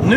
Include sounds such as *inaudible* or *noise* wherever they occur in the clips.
Nu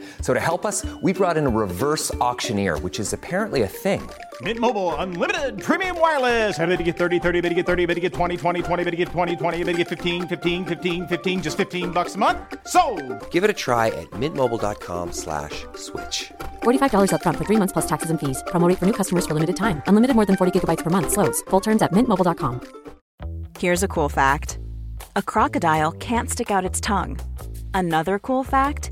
So to help us, we brought in a reverse auctioneer, which is apparently a thing. Mint Mobile unlimited premium wireless. Ready to get 30, 30, ready to get 30, ready to get 20, 20, 20, ready to get 20, 20, ready to get 15, 15, 15, 15 just 15 bucks a month. Sold. Give it a try at mintmobile.com slash switch. $45 upfront for three months plus taxes and fees. Promo rate for new customers for limited time. Unlimited more than 40 gigabytes per month. Slows. Full terms at mintmobile.com. Here's a cool fact a crocodile can't stick out its tongue. Another cool fact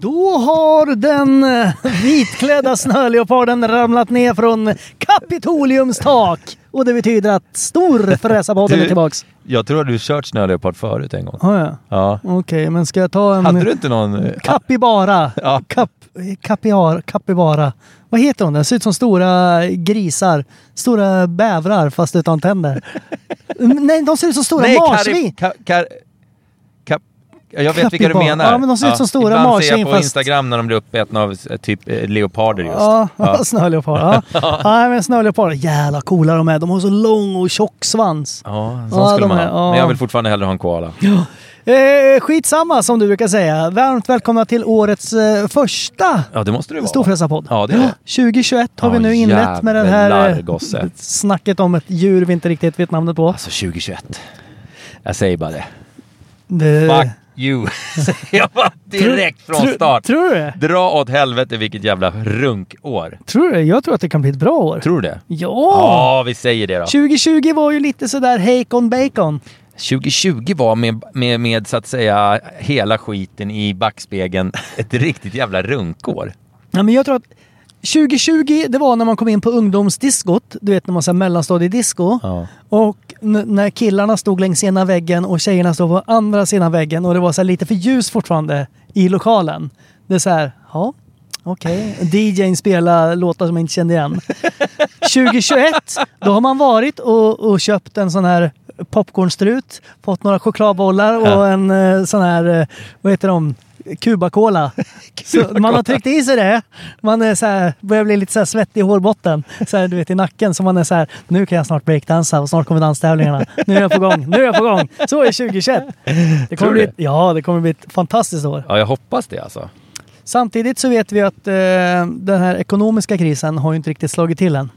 Då har den eh, vitklädda snöleoparden ramlat ner från Kapitoliums tak. Och det betyder att Storfräsarpodden är Du- tillbaks. Jag tror att du kört snöleopard förut en gång. Ah, ja. Ja. Okej, men ska jag ta en... Hade du inte någon... eh, Kapibara. Ja. Kap, kapiar, kapibara. Vad heter hon? Den ser ut som stora grisar. Stora bävrar fast utan *laughs* tänder. Mm, Nej, de ser ut som stora Nej, marsvin. Kar, kar, kar, kap, Ja, jag vet vilka du Capybara. menar. Ja, men de ser ut som stora Ibland ser marsvin, jag på fast- Instagram när de blir uppätna av eh, typ eh, leoparder just. Ja, *laughs* snöleopard. Ja. *laughs* ja, men snöleopard. Jävla coola de är. De har så lång och tjock svans. Ja, sån Ja, skulle de man är- ha. ja. Men jag vill fortfarande hellre ha en koala. Eh, skitsamma som du brukar säga. Varmt välkomna till årets eh, första Ja, det måste det vara. Storfräsarpodd. Ja, det *gasps* är det. 2021 har vi Ja, nu inlett med den här jävlar, eh, *laughs* gosse. snacket om ett djur vi inte riktigt vet namnet på. Alltså 2021. Jag säger bara det. Det- Fuck *laughs* you. Säger jag bara direkt Tro- från start. Tror du det? Dra åt helvete vilket jävla runkår. Tror du det? Jag tror att det kan bli ett bra år. Tror du det? Ja! Ja, vi säger det då. 2020 var ju lite sådär hejkon bacon. 2020 var med, med, med så att säga hela skiten i backspegeln *laughs* ett riktigt jävla runkår. Ja, men jag tror att 2020, det var när man kom in på ungdomsdiskot. Du vet när man sa mellanstadiedisco. Ja. Och n- när killarna stod längs ena väggen och tjejerna stod på andra sidan väggen och det var så här lite för ljus fortfarande i lokalen. Det är så här, ja, okej. DJn spelar låtar som man inte kände igen. 2021, då har man varit och, och köpt en sån här popcornstrut, fått några chokladbollar och en eh, sån här, eh, vad heter de, Cubacola. Så man har tryckt i sig det. Man är så här, börjar bli lite så här svettig i hårbotten, så här, du vet i nacken. Så man är så här, nu kan jag snart breakdansa och snart kommer danstävlingarna. Nu är jag på gång, nu är jag på gång. Så är 2021. Det Tror kommer du bli, det? ja, det kommer bli ett fantastiskt år. Ja, jag hoppas det alltså. Samtidigt så vet vi att eh, den här ekonomiska krisen har ju inte riktigt slagit till än.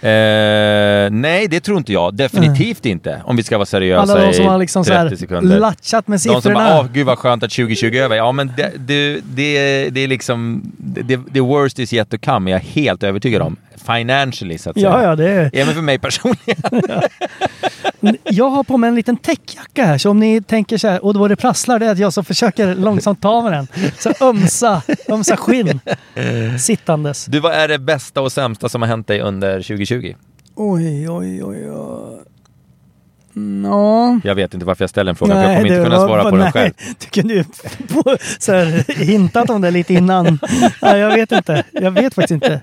Eh, nej, det tror inte jag. Definitivt inte. Om vi ska vara seriösa Alla de som i har liksom så 30 här sekunder. latchat med de som siffrorna. bara, åh gud vad skönt att 2020 är över. Ja, men det, det, det, det är liksom, det, the worst is yet to come, är jag helt övertygad om. Financially, så att ja, säga. ja, det är... Även för mig personligen. Jag har på mig en liten täckjacka här, så om ni tänker så här, och då det prasslar, det är att jag som försöker långsamt ta med den. Så ömsa, ömsa skinn sittandes. Du, vad är det bästa och sämsta som har hänt dig under 2020? Oj, oj, oj, oj. Nå. Jag vet inte varför jag ställer en fråga, för jag kommer inte kunna *laughs* svara på den själv. Du kunde ju på, så här, hintat om det lite innan. Ja, jag vet inte. Jag vet faktiskt inte.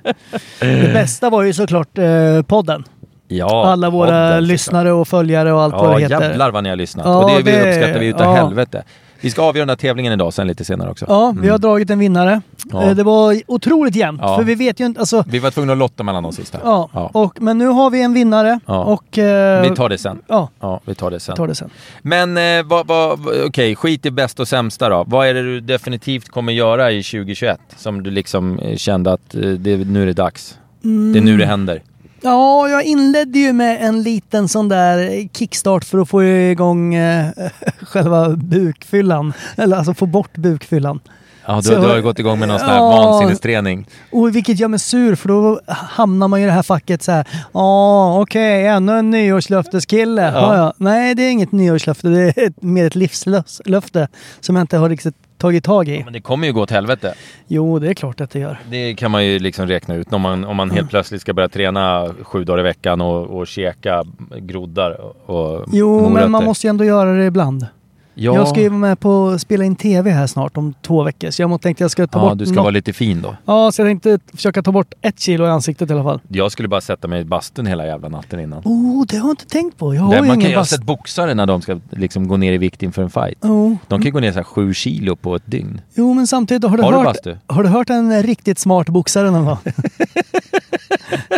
Det bästa var ju såklart eh, podden. Ja, alla våra podden, såklart. lyssnare och följare och allt vad Ja, det heter. jävlar vad ni har lyssnat. Ja, och det, det- vi uppskattar vi utav ja. helvete. Vi ska avgöra den här tävlingen idag sen lite senare också. Ja, vi har dragit en vinnare. Mm. Ja. Eh, Det var otroligt jämnt, Ja. för vi vet ju inte... Alltså, Vi var tvungna att lotta mellan oss sist här. ja. Och, men nu har vi en vinnare Ja. och... eh, Vi tar det sen. Ja, Ja, vi tar det sen. vi tar det sen. Men eh, vad, vad, vad- okej, skit i bäst och sämsta då. Vad är det du definitivt kommer göra i 2021? Som du liksom eh, kände att eh, det, nu är det dags. Det är nu det händer. Ja, jag inledde ju med en liten sån där kickstart för att få igång eh, *laughs* själva bukfyllan. Eller alltså få bort bukfyllan. Ja, du, Så- du har ju gått igång med någon sån här Ja. vansinnesträning. Och vilket gör mig sur för då hamnar man ju i det här facket så här. Ja, okej, ännu en nyårslöfteskille. Ja. Ja, Nej, det är inget nyårslöfte. Det är ett, mer ett livslöfte som jag inte har riktigt tagit tag i. Men det kommer ju gå åt helvete. Jo, det är klart att det gör. Det kan man ju liksom räkna ut om man, om man helt plötsligt ska börja träna sju dagar i veckan och, och käka groddar och Jo, morötter. men man måste ju ändå göra det ibland. Ja, Jag ska ju vara med på att spela in tv här snart om två veckor. Så jag må- tänkte jag ska ta ja, bort du ska något. vara lite fin då. Ja, så jag tänkte försöka ta bort ett kilo i ansiktet i alla fall. Jag skulle bara sätta mig i bastun hela jävla natten innan. Oh, det har jag inte tänkt på. Jag har Nej, ju man kan ingen ju ha bast... sett boxare när de ska liksom gå ner i vikt inför en fight. Jo. De kan ju gå ner så här sju kilo på ett *laughs* dygn. Jo, men samtidigt har du, Har du hört, bastu? har du hört en riktigt smart boxare någon *laughs* gång?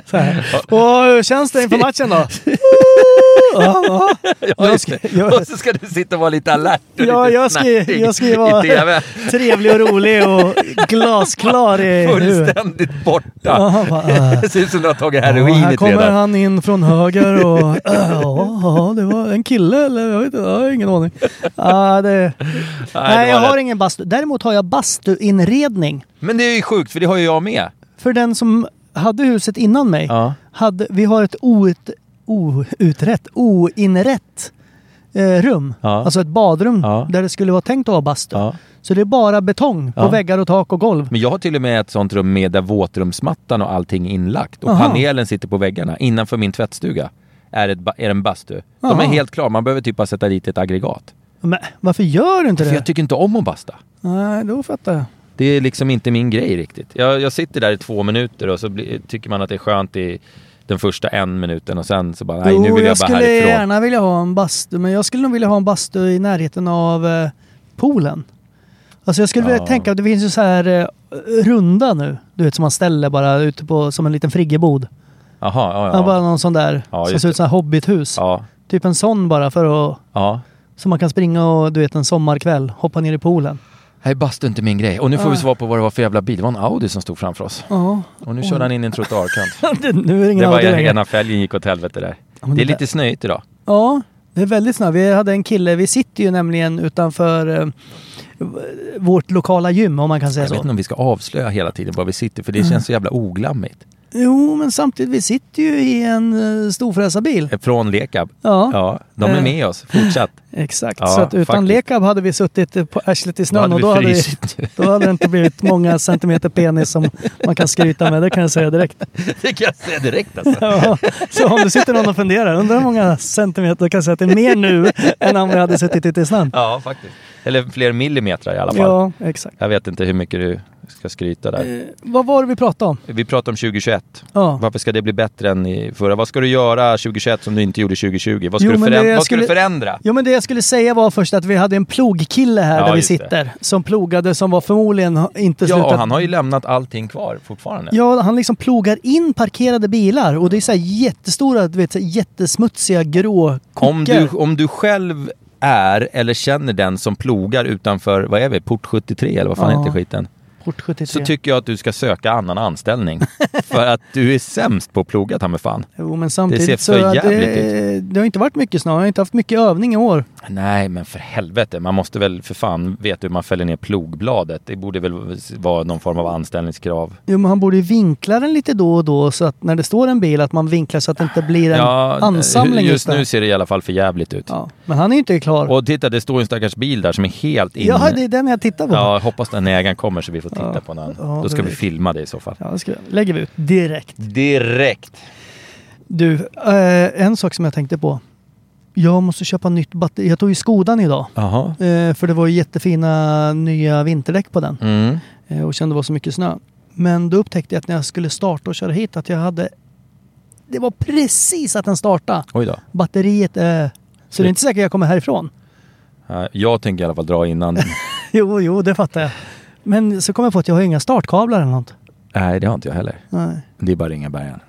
Så här. Och hur känns det inför matchen *laughs* då? Ja, ja. Jag ska, jag, Och så ska du sitta och vara lite alert och ja, lite jag, ska, snärtig jag ska ju i vara *laughs* TV. trevlig och rolig och glasklar i huvudet. *laughs* Fullständigt borta. Aha, *laughs* bara, äh. Det ser ut som du har tagit Ja, här heroinet kommer redan. han in från höger och *laughs* äh, ja, ja, det var en kille eller jag vet inte, jag har ingen aning. Ja, det, nej, det jag var har rätt. ingen bastu. Däremot har jag bastuinredning. Men det är ju sjukt för det har ju jag med. För den som hade huset innan mig, Ja. hade, vi har ett out, outrett, oinrett eh, rum. Ja. Alltså ett badrum Ja. där det skulle vara tänkt att vara bastu. Ja. Så det är bara betong på Ja. väggar och tak och golv. Men jag har till och med ett sånt rum med där våtrumsmattan och allting är inlagt och Aha. panelen sitter på väggarna innanför min tvättstuga. Är, ett ba- är en bastu. De Aha. är helt klara, man behöver typ bara sätta dit ett aggregat. Men varför gör du inte För det? jag tycker inte om att basta. Nej, då fattar jag. Det är liksom inte min grej riktigt. Jag, jag sitter där i två minuter och så bli, tycker man att det är skönt i den första en minuten och sen så bara nej nu Jo, vill jag, bara skulle härifrån. gärna vilja ha en bastu, men jag skulle nog vilja ha en bastu i närheten av eh, poolen. Alltså jag skulle vilja Ja. tänka, det finns ju så här eh, runda nu, du vet som man ställer bara ute på som en liten friggebod. Jaha, Ja. Bara ja, ja. någon sån där Ja, som just ser ut det. som ett hobbithus. Ja, Typ en sån bara för att, ja. så man kan springa och du vet en sommarkväll, hoppa ner i poolen. *laughs* Nej, bastu är inte min grej. Och nu får vi svar på vad det var för jävla bil. Det var en Audi som stod framför oss. Ja, Och nu körde han in i en trottoarkant. det, nu är det Det ingen var Audi jag, längre. ena fälgen gick åt helvete där. men det är det- lite snöigt idag. Ja, det är väldigt snabbt. Vi hade en kille, vi sitter ju nämligen utanför eh, vårt lokala gym om man kan säga Jag så. vet inte om vi ska avslöja hela tiden var vi sitter för det känns så jävla oglammigt. Jo, men samtidigt, vi sitter ju i en uh, storfräsarbil. Eh, Från Lekab. Ja. ja. De är Eh. med oss, *laughs* fortsatt. Exakt, Ja, så att utan faktiskt. Lekab hade vi suttit eh, på arslet i Då snön hade och vi då hade, vi, *laughs* frysit. då hade det inte blivit många centimeter penis som man kan skryta med, det kan jag säga direkt. *laughs* Det kan jag säga direkt alltså. *laughs* Ja, så om det sitter någon och funderar, undrar hur många centimeter, då kan jag säga att det är mer nu än om vi hade suttit ute i snön. Ja, faktiskt. Eller fler millimeter i alla fall. Ja, Eh. exakt. Jag vet inte hur mycket du ska skryta där. Vad var det vi pratade om? Vi pratar om 2021. Ja. Varför ska det bli bättre än i förra? Vad ska du göra 2021 som du inte gjorde 2020? Vad ska, Jo, du, men föränd- det jag vad ska du skulle- förändra? Jo men det jag skulle säga var först att vi hade en plogkille här Ja, där vi just det. sitter. Som plogade, som var förmodligen inte Ja, slutat och han har ju lämnat allting kvar fortfarande. Ja, han liksom plogar in parkerade bilar och det är så här jättestora, du vet, så här jättesmutsiga grå Om du, kockar. om du själv är eller känner den som plogar utanför, vad är vi, port 73 eller vad fan Ja. heter skiten? Port 73. Så tycker jag att du ska söka *laughs* annan anställning. för att du är sämst på att ploga ta mig fan. jo, men samtidigt Det ser för så att jävligt det, det har inte varit mycket snö, jag har inte haft mycket övning i år. Nej men för helvete, man måste väl för fan veta hur man fäller ner plogbladet. Det borde väl vara någon form av anställningskrav. Jo, men han borde ju vinkla den lite då och då så att när det står en bil att man vinklar så att det inte blir en ansamling. just där. nu ser det i alla fall för jävligt ut. Ja, men han är ju inte klar. Och titta, det står en stackars bil där som är helt inne. ja, det är den jag tittar på. Ja, hoppas den ägaren kommer så vi får titta Ja. på den. Ja, Då ska det- vi filma det i så fall. Ja, det ska, lägger vi ut direkt. Direkt. Du, eh, en sak som jag tänkte på. Jag måste köpa nytt batteri. Jag tog ju Skodan idag. Jaha. Eh, för det var ju jättefina nya vinterdäck på den Mm. eh, och kände det var så mycket snö. Men då upptäckte jag att när jag skulle starta och köra hit att jag hade det var precis att den startade. Oj då. Batteriet, eh, så det är inte säkert jag kommer härifrån. Eh, Jag tänker i alla fall dra *laughs* innan. *laughs* Jo, jo, det fattar jag. Men så kom jag på att jag har inga startkablar eller något. Nej, det har inte jag heller. Nej. Det är bara att ringa bärgaren.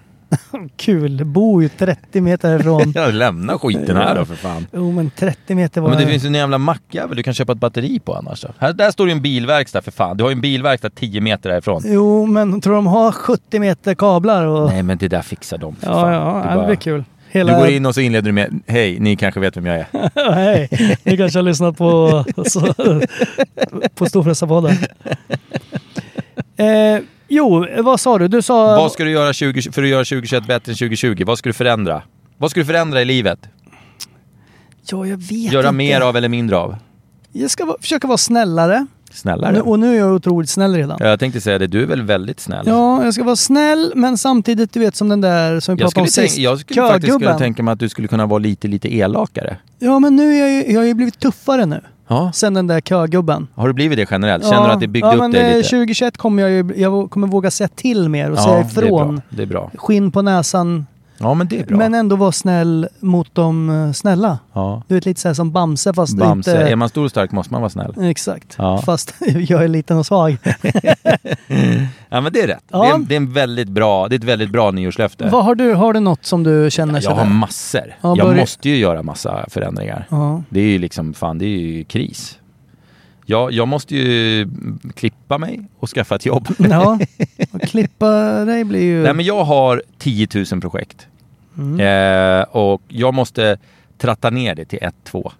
Kul, bo ju 30 meter *laughs* härifrån. Ja, lämna skiten här då för fan. Jo, men 30 meter var men det jag- finns ju en jävla mackjävel du kan köpa ett batteri på annars då. Här, där står ju en bilverkstad för fan. Du har ju en bilverkstad 10 meter härifrån. Jo, men tror de har 70 meter kablar? Och... Nej men det där fixar de för ja, fan. ja, Du ja, det bara- blir kul. Hela... Du går in och så inleder du med Hej, ni kanske vet vem jag är. Nej, ni kanske har lyssnat på, så, på Storfräsarpodden. Eh, jo, vad sa du? Du sa... Vad ska du göra 20, för att göra 2021 bättre än 2020? Vad ska du förändra? Vad ska du förändra i livet? ja, jag vet Göra inte. mer av eller mindre av? Jag ska va- försöka vara snällare. Snällare? Och nu är jag otroligt snäll redan. Ja, Jag tänkte säga det, du är väl väldigt snäll? Ja, jag ska vara snäll men samtidigt du vet som den där som vi Jag pratade om skulle, tänk, sist. jag skulle faktiskt kunna tänka mig att du skulle kunna vara lite, lite elakare. Ja men nu är jag ju, jag har ju blivit tuffare nu. Ja. Sen den där kögubben. Har du blivit det generellt? Känner ja, du att det byggde ja, upp men, dig eh, lite? 2021 kommer jag ju, jag kommer våga säga till mer och säga ja, ifrån. Det är, bra. det är bra. Skinn på näsan. Ja, men det är bra. Men eh, ändå vara snäll mot de eh, snälla. ja. Du vet lite så här som Bamse fast Bamse, inte... är man stor och stark måste man vara snäll. Exakt. Ja. Fast *laughs* jag är liten och svag. Ja, men det är rätt. Ja. Det, är, en- det, är en väldigt bra, det är ett väldigt bra nyårslöfte. Vad har du? Har du något som du känner Jag har massor. Ja, jag börja- måste ju göra massa förändringar. Ja. Det är ju liksom, fan det är ju kris. Jag, jag måste ju klippa mig och skaffa ett jobb. Ja. Och klippa dig blir ju... Nej men jag har 10 000 projekt. Mm. Eh, och jag måste tratta ner det till ett, två.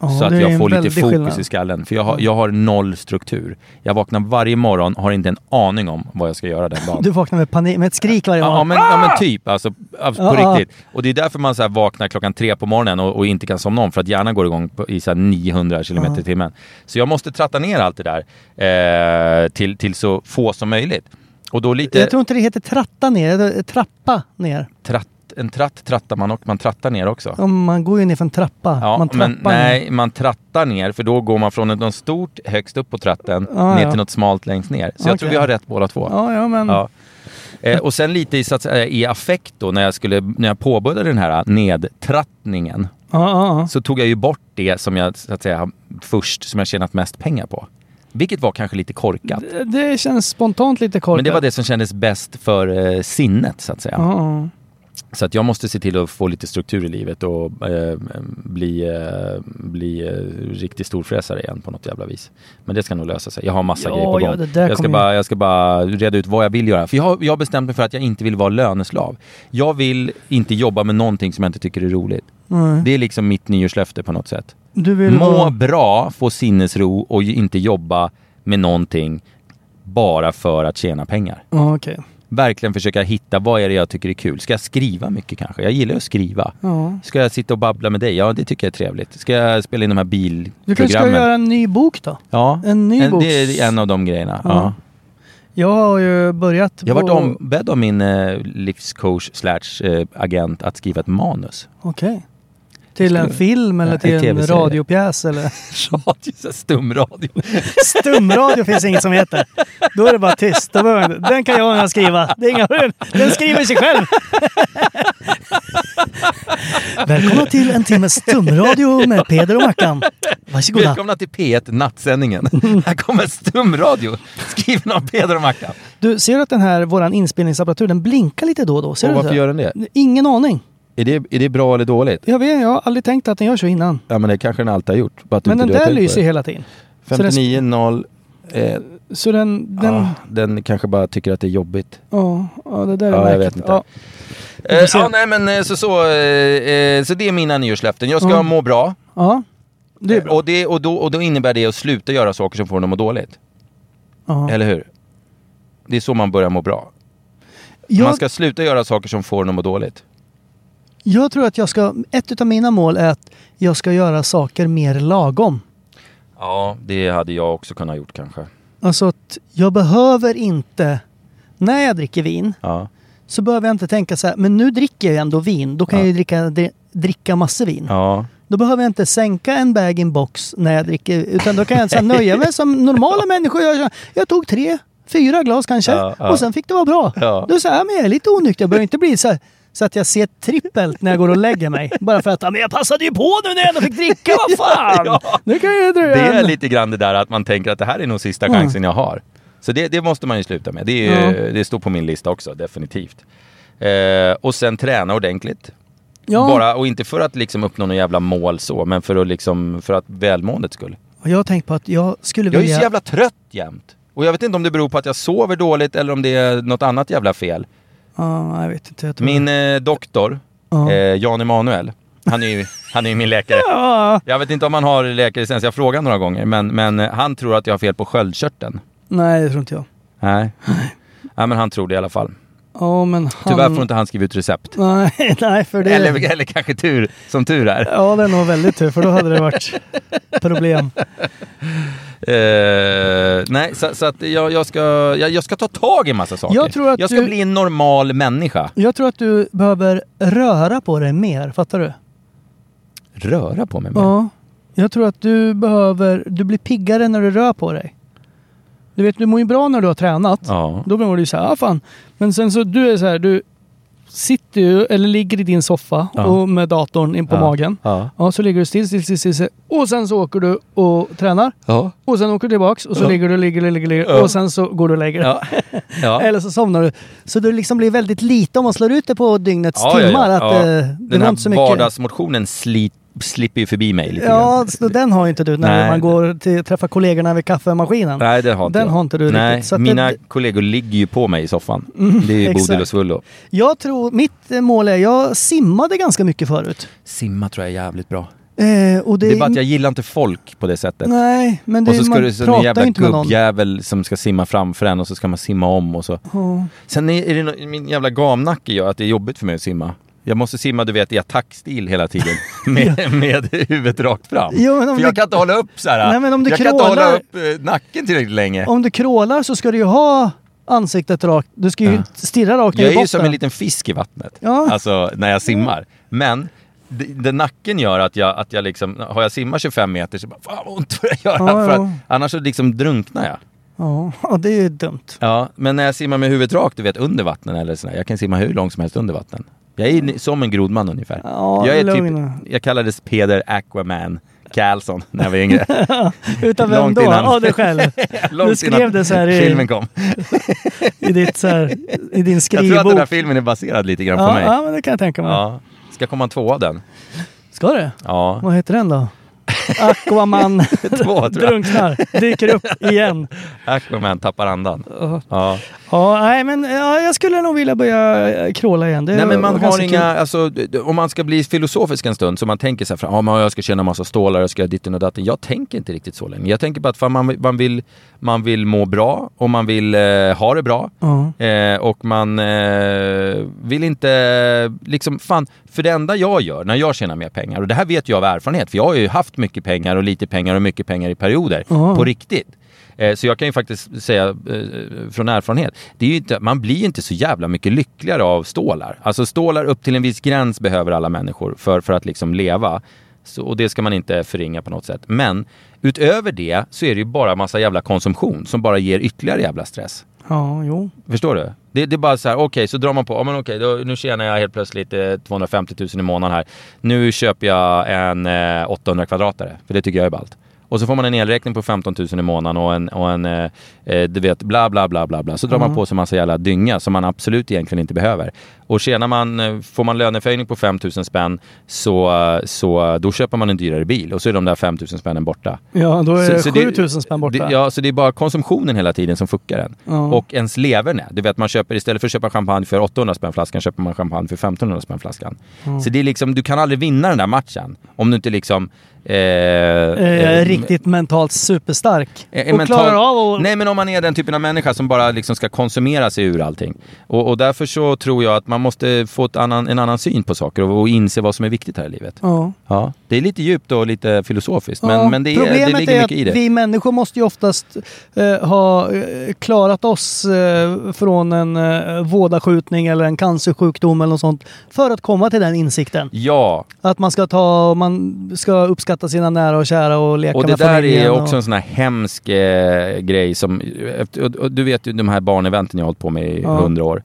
Ja, så det att är en jag får lite väldig fokus skillnad. i skallen. För jag har, jag har noll struktur. Jag vaknar varje morgon, har inte en aning om vad jag ska göra den *laughs* dagen. Du vaknar med, panik, med ett skrik varje Ja, morgon. men, ja men typ, alltså, alltså på Ja, ja. riktigt. Och det är därför man så här vaknar klockan tre på morgonen och, och inte kan somna om för att hjärnan går igång på, i så här Ah. 900 kilometer i timmen. Så jag måste tratta ner allt det där eh, till, till så få som möjligt. Och då lite Jag tror inte det heter tratta ner, det heter trappa ner. tratt, en tratt trattar man och man trattar ner också. Ja, Man går ju ner för en trappa. Ja, man trappar men nej, man trattar ner för då går man från ett- något stort högst upp på tratten Ja, ner Ah, ja. till något smalt längst ner. Så jag Okej. tror vi har rätt båda två. Ja, ja, men... Ja. Eh, och sen lite i, så att, säga, i affekt då, när jag, skulle, när jag påbörjade den här äh, nedtrattningen, Ja, ja, ja. så tog jag ju bort det som jag så att säga, först, som jag tjänat mest pengar på. Vilket var kanske lite korkat. Det- Det känns spontant lite korkat. Men det var det som kändes bäst för eh, sinnet, så att säga. Ja, ja. Så att jag måste se till att få lite struktur i livet och eh, bli, eh, bli eh, riktig storfräsare igen på något jävla vis. Men det ska nog lösa sig. Jag har massa Ja, grejer på ja, gång. det där jag, ska kommer bara, jag ska bara reda ut vad jag vill göra. För jag har, jag har bestämt mig för att jag inte vill vara löneslav. Jag vill inte jobba med någonting som jag inte tycker är roligt. Mm. Mm. Det är liksom mitt nyårslöfte på något sätt. Du vill Må vara... bra, få sinnesro och ju inte jobba med någonting bara för att tjäna pengar Ja, okej. verkligen försöka hitta vad är det jag tycker är kul. Ska jag skriva mycket kanske? Jag gillar att skriva. Ja. Ska jag sitta och babbla med dig? Ja, det tycker jag är trevligt. Ska jag spela in de här Du kanske ska bilprogrammen? göra en ny bok då? Ja, en ny bok? Det är en av de grejerna. Ja. Ja. Jag har ju börjat Jag har varit på- ombedd av min eh, livscoach slash eh, agent att skriva ett manus. Okej. Till en film eller Ja, en till en TV-serie. radiopjäs eller... *laughs* Radio, så *laughs* här stumradio. Stumradio finns inget som heter. Då är det bara tyst. Då behöver man inte- Den kan jag gärna skriva. Det är inga problem. Den skriver sig själv. Välkomna till en timmes stumradio med Peder och Mackan. Varsågoda. Välkomna till P1 *laughs* Nattsändningen. Här kommer stumradio skriven av Peder och Mackan. Du, ser du att den här, våran inspelningsapparatur, den blinkar lite då och då? Ser Och du varför det? gör den det? Ingen aning. Är, det? är det bra eller dåligt? Jag, vet, jag har aldrig tänkt att den gör så innan. Ja, men det kanske den alltid har gjort. Bara att du Men inte den du har där tänkt på lyser det. hela tiden. Så den- 59.0 eh, Så den... den Ah, den kanske bara tycker att det är jobbigt. ja. ja, det där är Ja, jag märkligt. vet inte. Ja. Eh, får se. ja, nej men eh, så, så, eh, eh, så det är mina nyårslöften. Jag ska Mm. må bra. ja. Det är Eh, Och, det, och, då, och då innebär det att sluta göra saker som får en att må dåligt. Ja. Eller hur? Det är så man börjar må bra. Man Jag, ska sluta göra saker som får en att må dåligt. jag tror att jag ska... Ett av mina mål är att jag ska göra saker mer lagom. Ja, det hade jag också kunnat gjort kanske. Alltså att jag behöver inte... När jag dricker vin Ja, så behöver jag inte tänka så här, men nu dricker jag ju ändå vin. Då kan jag ju dricka, dri- dricka massor vin. ja. Då behöver jag inte sänka en bag-in-box när jag dricker. Utan då kan jag så *laughs* här nöja mig som normala människor. Jag, jag tog tre, fyra glas kanske. Ja, ja. Och sen fick det vara bra. Ja. Då säger jag, men jag är lite onykter. Jag behöver inte bli så här Så att jag ser trippelt när jag går och lägger mig. Bara för att, "Ja, men jag passade ju på nu när jag ändå fick dricka, *laughs* vad fan! Ja. Nu kan jag ju dröja Det är en- lite grann det där att man tänker att det här är nog sista Mm. chansen jag har. Så det, det måste man ju sluta med. Det, är, det står på min lista också, definitivt. Eh, och sen träna ordentligt. ja. Bara, och inte för att liksom uppnå något jävla mål så, men för att, liksom, för att välmåendet skull. Och jag har tänkt på att jag skulle Jag är ju vilja... så jävla trött jämt. Och jag vet inte om det beror på att jag sover dåligt eller om det är något annat jävla fel. Ja, jag vet inte. Jag tror... Min eh, doktor, Mm. Ja. eh, Jan Emanuel, han är *laughs* ju han är ju min läkare. Ja. Jag vet inte om han har läkarlicens, jag frågar några gånger, men, men eh, han tror att jag har fel på sköldkörteln. Nej, det tror inte jag. Nej. Nej, men han tror det i alla fall. Ja, men han... Tyvärr får inte han skriva ut recept. Nej, *laughs* nej, för det... Eller, eller kanske tur, som tur är. Ja, det är nog väldigt tur, för då hade det varit problem. Eh, nej, så, så att jag, jag, ska, jag, jag ska ta tag i massa saker. Jag tror att jag ska du- bli en normal människa. Jag tror att du behöver röra på dig mer, fattar du? Röra på mig mer. Ja. Jag tror att du behöver... Du blir piggare när du rör på dig. Du vet, du mår ju bra när du har tränat. Ja. Då mår du ju så här, ah, fan. Men sen så, du är så här, du sitter ju, eller ligger i din soffa Ja. och med datorn in på Ja. magen. Ja. Ja, så ligger du still, still, still, still, still. Och sen så åker du och tränar. Ja. Och sen åker du tillbaks och så Ja. ligger du, ligger, ligger, ligger. Ja. Och sen så går du och lägger dig. Ja. Ja. *laughs* Eller så somnar du. Så det liksom blir väldigt lite om man slår ut det på dygnets Ja, ja, timmar. ja. Att, Ja. eh, det Den var inte så här mycket. vardagsmotionen sli, slipper ju förbi mig lite Ja, grann. så den har ju inte du när Nej. man går till träffar kollegorna vid kaffemaskinen. Nej, det har inte Den jag. har inte du Nej, riktigt. Så att mina det- Mm, kollegor ligger ju på mig i soffan. det är *laughs* ju exakt. Bodil och Svullo. Jag tror, mitt eh, mål är, jag simmade ganska mycket förut. Simma tror jag är jävligt bra. Eh, och det, Det är bara att jag gillar inte folk på det sättet. Nej, men det, och så ska man du så någon pratar jävla ju inte med någon. gubbjävel som ska simma framför en och så ska man simma om och så. Sen är, är det nå- min jävla gamnacke gör att det är jobbigt för mig att simma. Jag måste simma, du vet, i attackstil hela *laughs* tiden. Med, med huvudet rakt fram. Jo, men om för jag du- kan inte hålla upp så här. Nej, men om du jag kan inte hålla krålar- upp eh, nacken tillräckligt länge. Om du krålar så ska du ju ha ansiktet rakt. Du ska ju Ja. stirra rakt ner i Jag är ju botten. som en liten fisk i vattnet. Ja. Alltså när jag simmar. Men det, det nacken gör att jag, att jag liksom, har jag simmar 25 meter så bara, fan vad ont det gör. Ja, För att, ja. annars så liksom drunknar jag. Ja, ja, det är ju dumt. Ja, men när jag simmar med huvudet rakt, du vet under vattnen eller sådär. Jag kan simma hur långt som helst under vattnen. Jag är ni- som en grodman ungefär. Ja, jag, är lugn. typ, jag kallades Peder Aquaman Carlson när jag var *laughs* yngre. Utav vem Långt då? innan. Ja, du själv. Långt Du skrev innan det så här i- filmen kom. I, ditt, så här, i din Jag skrivbok. tror att den här filmen är baserad lite grann på ja, mig. ja, men det kan jag tänka mig. Ja. Ska komma en tvåa av den? Ska du? Ja. *laughs* Vad heter den då? *laughs* Aquaman Två tror jag. drunknar, dyker upp igen. Aquaman tappar andan. Ja. Ja, nej, men ja, jag skulle nog vilja börja eh, kråla igen. Det Nej men var man har ganska inga, kul. alltså, d- d- om man ska bli filosofisk en stund så man tänker så här, fram, ah, men jag ska tjäna massa stålar, jag ska göra ditten och datten. Jag tänker inte riktigt så länge. Jag tänker bara att fan, man, man, vill, man vill må bra och man vill eh, ha det bra. Ja. Eh, och man eh, vill inte, eh, liksom, fan, för det enda jag gör när jag tjänar mer pengar, och det här vet jag av erfarenhet, för jag har ju haft mycket pengar och lite pengar och mycket pengar i perioder, Ja. på riktigt. Eh, så jag kan ju faktiskt säga eh, från erfarenhet, det är ju inte, man blir ju inte så jävla mycket lyckligare av stålar. Alltså stålar upp till en viss gräns behöver alla människor för, för att liksom leva. Så, och det ska man inte förringa på något sätt. Men utöver det så är det ju bara massa jävla konsumtion som bara ger ytterligare jävla stress. Ja, jo. Förstår du? Det, det är bara så här, okej, så drar man på, ja men okej, då, nu tjänar jag helt plötsligt eh, 250 000 i månaden här. Nu köper jag en eh, 800 kvadratare, för det tycker jag är ballt. Och så får man en elräkning på 15 000 i månaden och en, och en eh, eh, du vet, bla bla bla bla bla. Så drar man på sig massa jävla dynga som man absolut egentligen inte behöver. Och tjänar man, eh, får man löneförhöjning på 5 000 spänn så, eh, så eh, då köper man en dyrare bil och så är de där 5 000 spännen borta. Ja, då är Så- så det- 7000 spänn borta. Det, ja, så det är bara konsumtionen hela tiden som fuckar en. Och ens leverne. Du vet, man köper istället för att köpa champagne för 800 spänn flaskan köper man champagne för 1500 spänn flaskan. Så det är liksom, du kan aldrig vinna den där matchen om du inte liksom... Eh, Eh, eh, riktigt mentalt superstark. eh, och mental- klarar av att... Nej men om man är den typen av människa som bara liksom ska konsumera sig ur allting. Och, och därför så tror jag att man måste få ett annan, en annan syn på saker och, och inse vad som är viktigt här i livet. Ja. Ja, det är lite djupt och lite filosofiskt men, Ja, men det, är, Problemet det ligger är att mycket i det. vi människor måste ju oftast eh, ha eh, klarat oss eh, från en eh, vådaskjutning eller en cancersjukdom eller något sånt för att komma till den insikten. Ja, Att man ska ta man ska uppskatta sina nära och kära och leka Och det med där är familjen. också en sån här hemsk eh, grej som, efter- och, och, du vet ju de här barneventen jag har hållit på med i Ja. hundra år.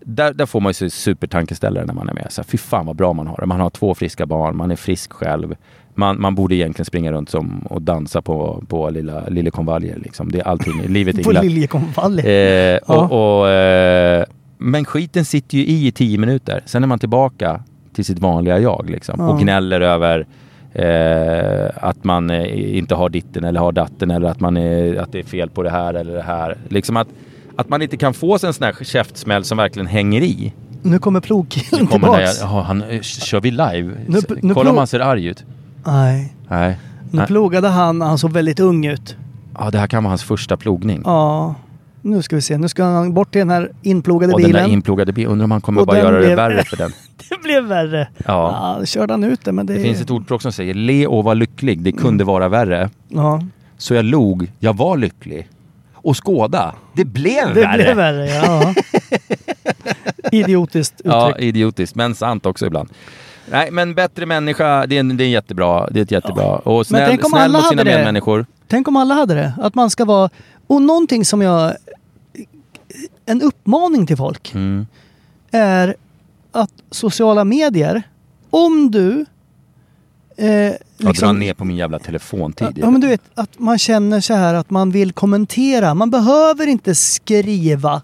där, där får man ju sig supertankeställare när man är med. Så här, fy fan vad bra man har det. Man har två friska barn, man är frisk själv. Man, man borde egentligen springa runt som, och dansa på, på lilla liljekonvaljer. Liksom. Det är allting. Livet är *laughs* På glatt. Liljekonvallen. Eh, Ja. och, och, eh, men skiten sitter ju i i tio minuter. Sen är man tillbaka till sitt vanliga jag liksom, Ja. och gnäller över eh, att man eh, inte har ditten eller har datten eller att, man är, att det är fel på det här eller det här. Liksom att, att man inte kan få sig en sån här käftsmäll som verkligen hänger i. Nu kommer plogkillen Kommer när jag, tillbaks. jaha, han, eh, kör vi live? Nu- S- nu Kolla om plo- han ser arg ut. Nej. Nej. Nu Nej. plogade han, han såg väldigt ung ut. Ja, det här kan vara hans första plogning. Ja. Nu ska vi se, nu ska han bort till den här inplogade och den bilen. där inplogade bilen. Undrar om han kommer Och bara den göra det blev- värre för den. *laughs* det blev värre. Ja. Ja, körde han ut det, men det... Det finns ett ordspråk som säger le och var lycklig, det kunde vara värre. Ja. Så jag log, jag var lycklig. Och skåda, det blev Det värre. blev värre, ja. *laughs* Idiotiskt uttryck. Ja, idiotiskt, men sant också ibland. Nej, men bättre människa, det är, en- det är jättebra. Det är ett jättebra. Och snäll, tänk om snäll alla mot sina hade det. medmänniskor. Tänk om alla hade det. Att man ska vara... Och någonting som jag... En uppmaning till folk Mm. är att sociala medier, om du... Eh, Jag drar liksom, ner på min jävla telefontid. ja, men du vet, att man känner så här att man vill kommentera. Man behöver inte skriva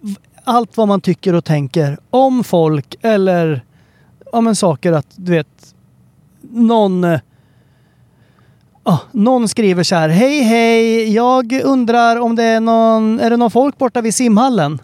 v- allt vad man tycker och tänker om folk eller ja, men saker att du vet någon eh, ah, någon skriver så här Hej hej, jag undrar om det är någon, är det någon folk borta vid simhallen?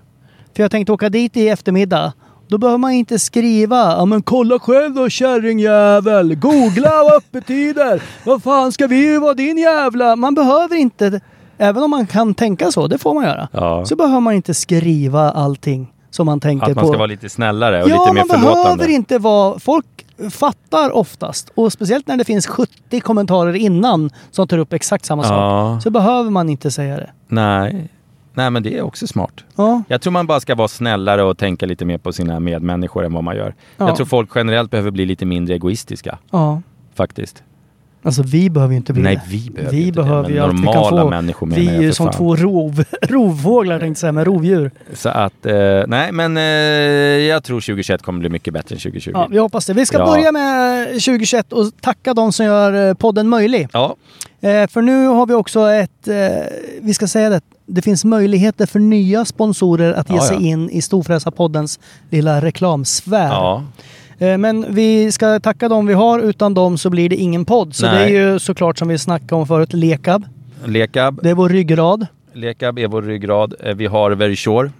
För jag tänkte åka dit i eftermiddag. Då behöver man inte skriva ja men kolla själv då kärringjävel, googla och öppettider. Vad fan ska vi vara din jävla... Man behöver inte, även om man kan tänka så, det får man göra. Ja. Så behöver man inte skriva allting som man tänker Att man på ska vara lite snällare och lite mer man förlåtande. behöver inte vara... Folk fattar oftast. Och speciellt när det finns 70 kommentarer innan som tar upp exakt samma Ja. sak. Så behöver man inte säga det. Nej. Nej, men det är också smart. Ja. Jag tror man bara ska vara snällare och tänka lite mer på sina medmänniskor än vad man gör. Ja. Jag tror folk generellt behöver bli lite mindre egoistiska, ja. faktiskt. Alltså vi behöver ju inte bli Nej, det. vi behöver vi ju inte det, behöver men ju allt vi kan normala få. människor menar vi jag är ju för som fan. två rov, *laughs* rovfåglar tänkte jag säga, men rovdjur. Så att, eh, nej men eh, jag tror 2021 kommer bli mycket bättre än 2020. Ja, vi hoppas det. Vi ska Ja. börja med 2021 och tacka de som gör eh, podden möjlig. Ja, Eh, för nu har vi också ett, eh, vi ska säga det, det finns möjligheter för nya sponsorer att ge Ja, sig ja. in i Storfräsa-poddens lilla reklamsfär. ja. Eh, men vi ska tacka dem vi har, utan dem så blir det ingen podd. Så Nej. det är ju såklart som vi snackade om förut, Lekab. Lekab, Det Mm. är vår ryggrad. Lekab är vår ryggrad. Eh, Vi har Very Sure.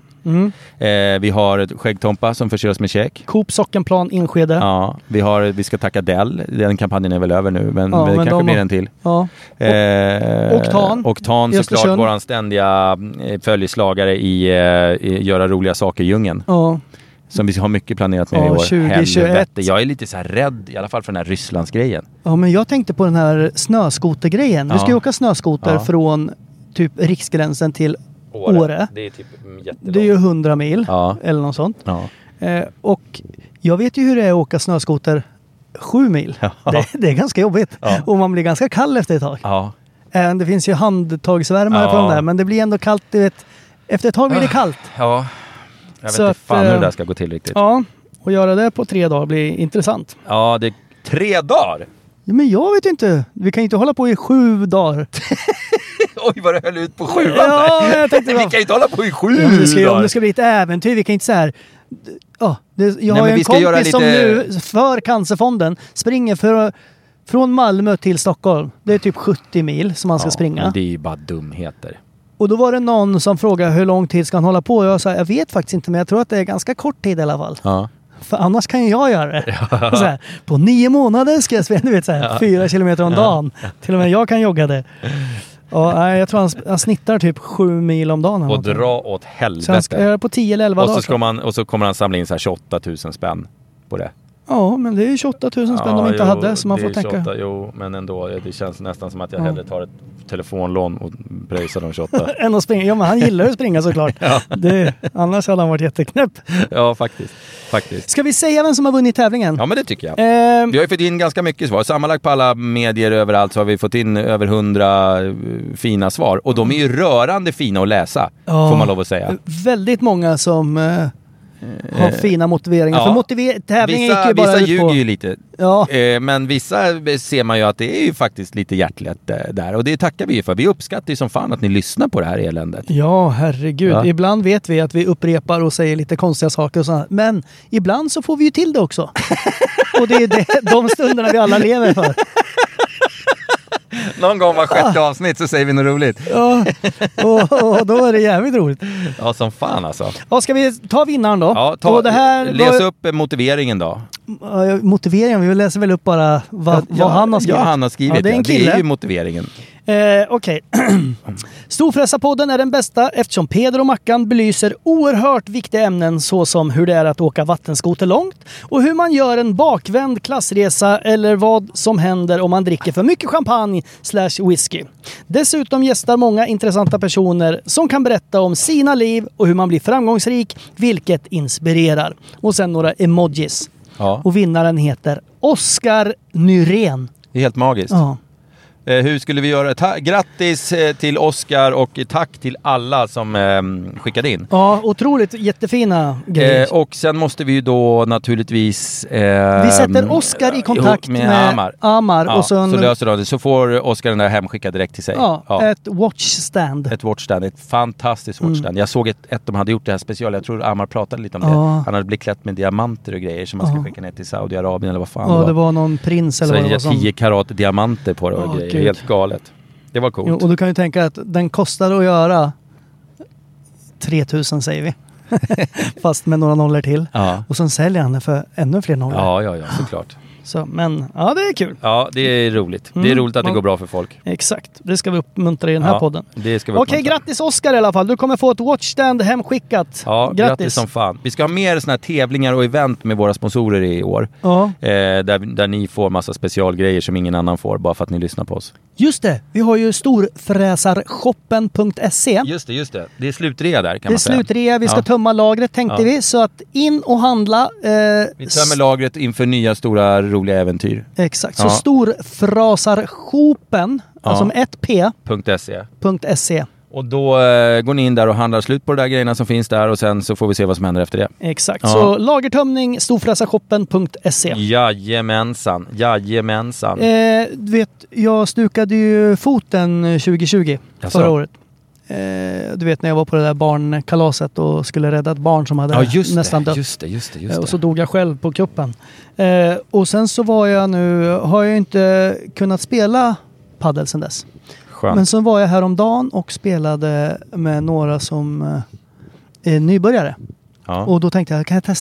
Eh, vi har ett Skäggtompa som förser oss med käk. Coop Sockenplan Enskede. Ja, vi, har, vi ska tacka Dell. Den kampanjen är väl över nu, men Ja, det men kanske de- blir en till. Ja. Eh, Oktan. Oktan I såklart, Östersund. våran ständiga eh, följeslagare i, eh, i Göra roliga saker-djungen. Ja. Som vi har mycket planerat med Ja, i år. 2021. Helvete, jag är lite så här rädd, i alla fall för den här Rysslandsgrejen. ja, men jag tänkte på den här snöskotergrejen. Vi ska Ja. ju åka snöskoter Ja. från typ Riksgränsen till Åre. Det är typ jättelångt. Det är ju 100 mil Ja. eller något sånt. Ja. Eh, och jag vet ju hur det är att åka snöskoter sju mil. Det, det är ganska jobbigt. Ja. Och man blir ganska kall efter ett tag. ja. Eh, det finns ju handtagsvärmare på Ja. Ah. de där, men det blir ändå kallt. Du vet. Efter ett tag blir det kallt. Ja. Jag vet Så inte att, fan hur det eh, där ska gå till riktigt. Ja, Ja, och göra det på tre dagar blir intressant. det är tre dagar! *laughs* Ja, Men jag vet inte. Vi kan ju inte hålla på i *laughs* sju dagar. Oj, vad det höll ut på sjuan Ja, men jag tänkte där! Vi kan ju inte hålla på i sju Ja, men det ska, ju- om dagar! det ska bli ett äventyr, vi kan inte så här... Ja, det, jag men har ju vi en ska kompis göra som lite- nu, för Cancerfonden, springer för, från Malmö till Stockholm. Det är typ 70 mil som han ska Ja, springa. men Det är ju bara dumheter. Och då var det någon som frågade hur lång tid ska han hålla på? Och jag sa, jag vet faktiskt inte, men jag tror att det är ganska kort tid i alla fall. Ja. För annars kan ju jag göra det. Och *laughs* Så här, på nio månader ska jag springa, du vet, så här, fyra kilometer om dagen. Till och med jag kan jogga det. Ja, nej, jag tror han, han snittar typ sju mil om dagen. eller Och någonting. dra åt Så han ska helvete. göra det på 10 eller 11 Och dagar. så, ska man, och så kommer han samla in så här 28 000 spänn på det. Ja, men det är 28 000 spänn de inte jo, hade så man det får är tänka. 28, jo, men ändå. Det känns nästan som att jag Ja. hellre tar ett telefonlån och pröjsar de *laughs* 28. Än att springa. Ja, men han gillar ju att *laughs* springa såklart. det, annars hade han varit jätteknäpp. ja, faktiskt. faktiskt. Ska vi säga vem som har vunnit tävlingen? Ja, men det tycker jag. Ehm, Vi har ju fått in ganska mycket svar. Sammanlagt på alla medier överallt så har vi fått in över hundra eh, fina svar. Och de är ju rörande fina att läsa, Mm. Ja. Eh, får man lov att säga. Väldigt många som eh, har Eh. fina motiveringar. ja. För motiver- tävlingen gick Vissa, ju bara vissa ut på... ljuger ju lite. Ja. Eh, Men vissa ser man ju att det är ju faktiskt lite hjärtligt eh, där. Och det tackar vi ju för. Vi uppskattar ju som fan att ni lyssnar på det här eländet. Ja, herregud. Ja. Ibland vet vi att vi upprepar och säger lite konstiga saker och sånt. Men ibland så får vi ju till det också. och det är det, de stunderna vi alla lever för. *laughs* Någon gång var sjätte avsnitt så säger vi något roligt. Ja. Och, och då är det jävligt roligt. Ja, som fan alltså. Ja, ska vi ta vinnaren då? Ja, ta, och det här läs var- upp eh, motiveringen då. Ja, motiveringen, vi läser väl upp bara vad, Ja, vad han har skrivit. Ja, han har skrivit. Ja, det är en Det är kille. ju motiveringen. Eh, Okej. *clears throat* Storfräsarpodden är den bästa eftersom Peder och Mackan belyser oerhört viktiga ämnen såsom hur det är att åka vattenskoter långt och hur man gör en bakvänd klassresa eller vad som händer om man dricker för mycket champagne slash whisky. Dessutom gästar många intressanta personer som kan berätta om sina liv och hur man blir framgångsrik, vilket inspirerar. Och sen några emojis. Ja. Och vinnaren heter Oskar Nyrén. Det är helt magiskt. Ja. Eh, hur skulle vi göra? Ta- grattis eh, till Oscar och tack till alla som eh, skickade in. Ja, otroligt jättefina grejer. Eh, och sen måste vi ju då naturligtvis... ehm, Vi sätter Oscar i kontakt med, Amar. Amar, Ja, och sen, Så löser de det. Så får Oscar den där hemskickad direkt till sig. ja, ett Mm. watchstand. Ett watchstand, ett fantastiskt watchstand. Jag såg ett, ett de hade gjort det här special, jag tror Amar pratade lite om det. Ja. Han hade blivit klätt med diamanter och grejer som man ska Ja. skicka ner till Saudiarabien eller vad fan ja, det var någon prins Så eller vad det var jag 10 som... karat diamanter på det och Åh, grejer. Gud. Helt galet. Det var coolt. Jo, och du kan ju tänka att den kostar att göra 3000 säger vi. *laughs* Fast med några nollor till. Ja. Och sen säljer han den för ännu fler nollor. ja, ja, ja, såklart. Så, men ja, det är kul. Ja, det är roligt. Det är Mm. roligt att det Man- går bra för folk. Exakt, det ska vi uppmuntra i den här Ja, podden. det ska vi Okej, uppmuntra. grattis Oscar i alla fall. Du kommer få ett watchstand hemskickat. Ja, grattis. som fan. Vi ska ha mer såna här tävlingar och event med våra sponsorer i år. Ja. Eh, där, där ni får massa specialgrejer som ingen annan får bara för att ni lyssnar på oss. Just det, vi har ju storfräsarshoppen.se. Just det, just det. Det är slutrea där kan Det är man säga. slutrea, vi ska Ja. tömma lagret tänkte Ja. vi. Så att in och handla. Eh, Vi tömmer lagret inför nya stora roliga äventyr. s- Exakt, Ja. så storfrasarshopen, alltså med 1p.se. .se. Och då eh, går ni in där och handlar slut på de där grejerna som finns där och sen så får vi se vad som händer efter det. Exakt, Ja. så lagertömning storfräsarshoppen.se. Jajamensan, jajamensan. Eh, du vet, jag stukade ju foten eh, 2020, Jaså? förra året. Eh, du vet när jag var på det där barnkalaset och skulle rädda ett barn som hade ja, just eh, nästan det, dött. just det, just det, just Eh, det. Och så dog jag själv på kuppen. Eh, och sen så var jag nu, har jag ju inte kunnat spela paddel sen dess. Skönt. Men så var jag häromdagen och spelade med några som eh, är nybörjare. ja. Och då tänkte jag, kan jag testa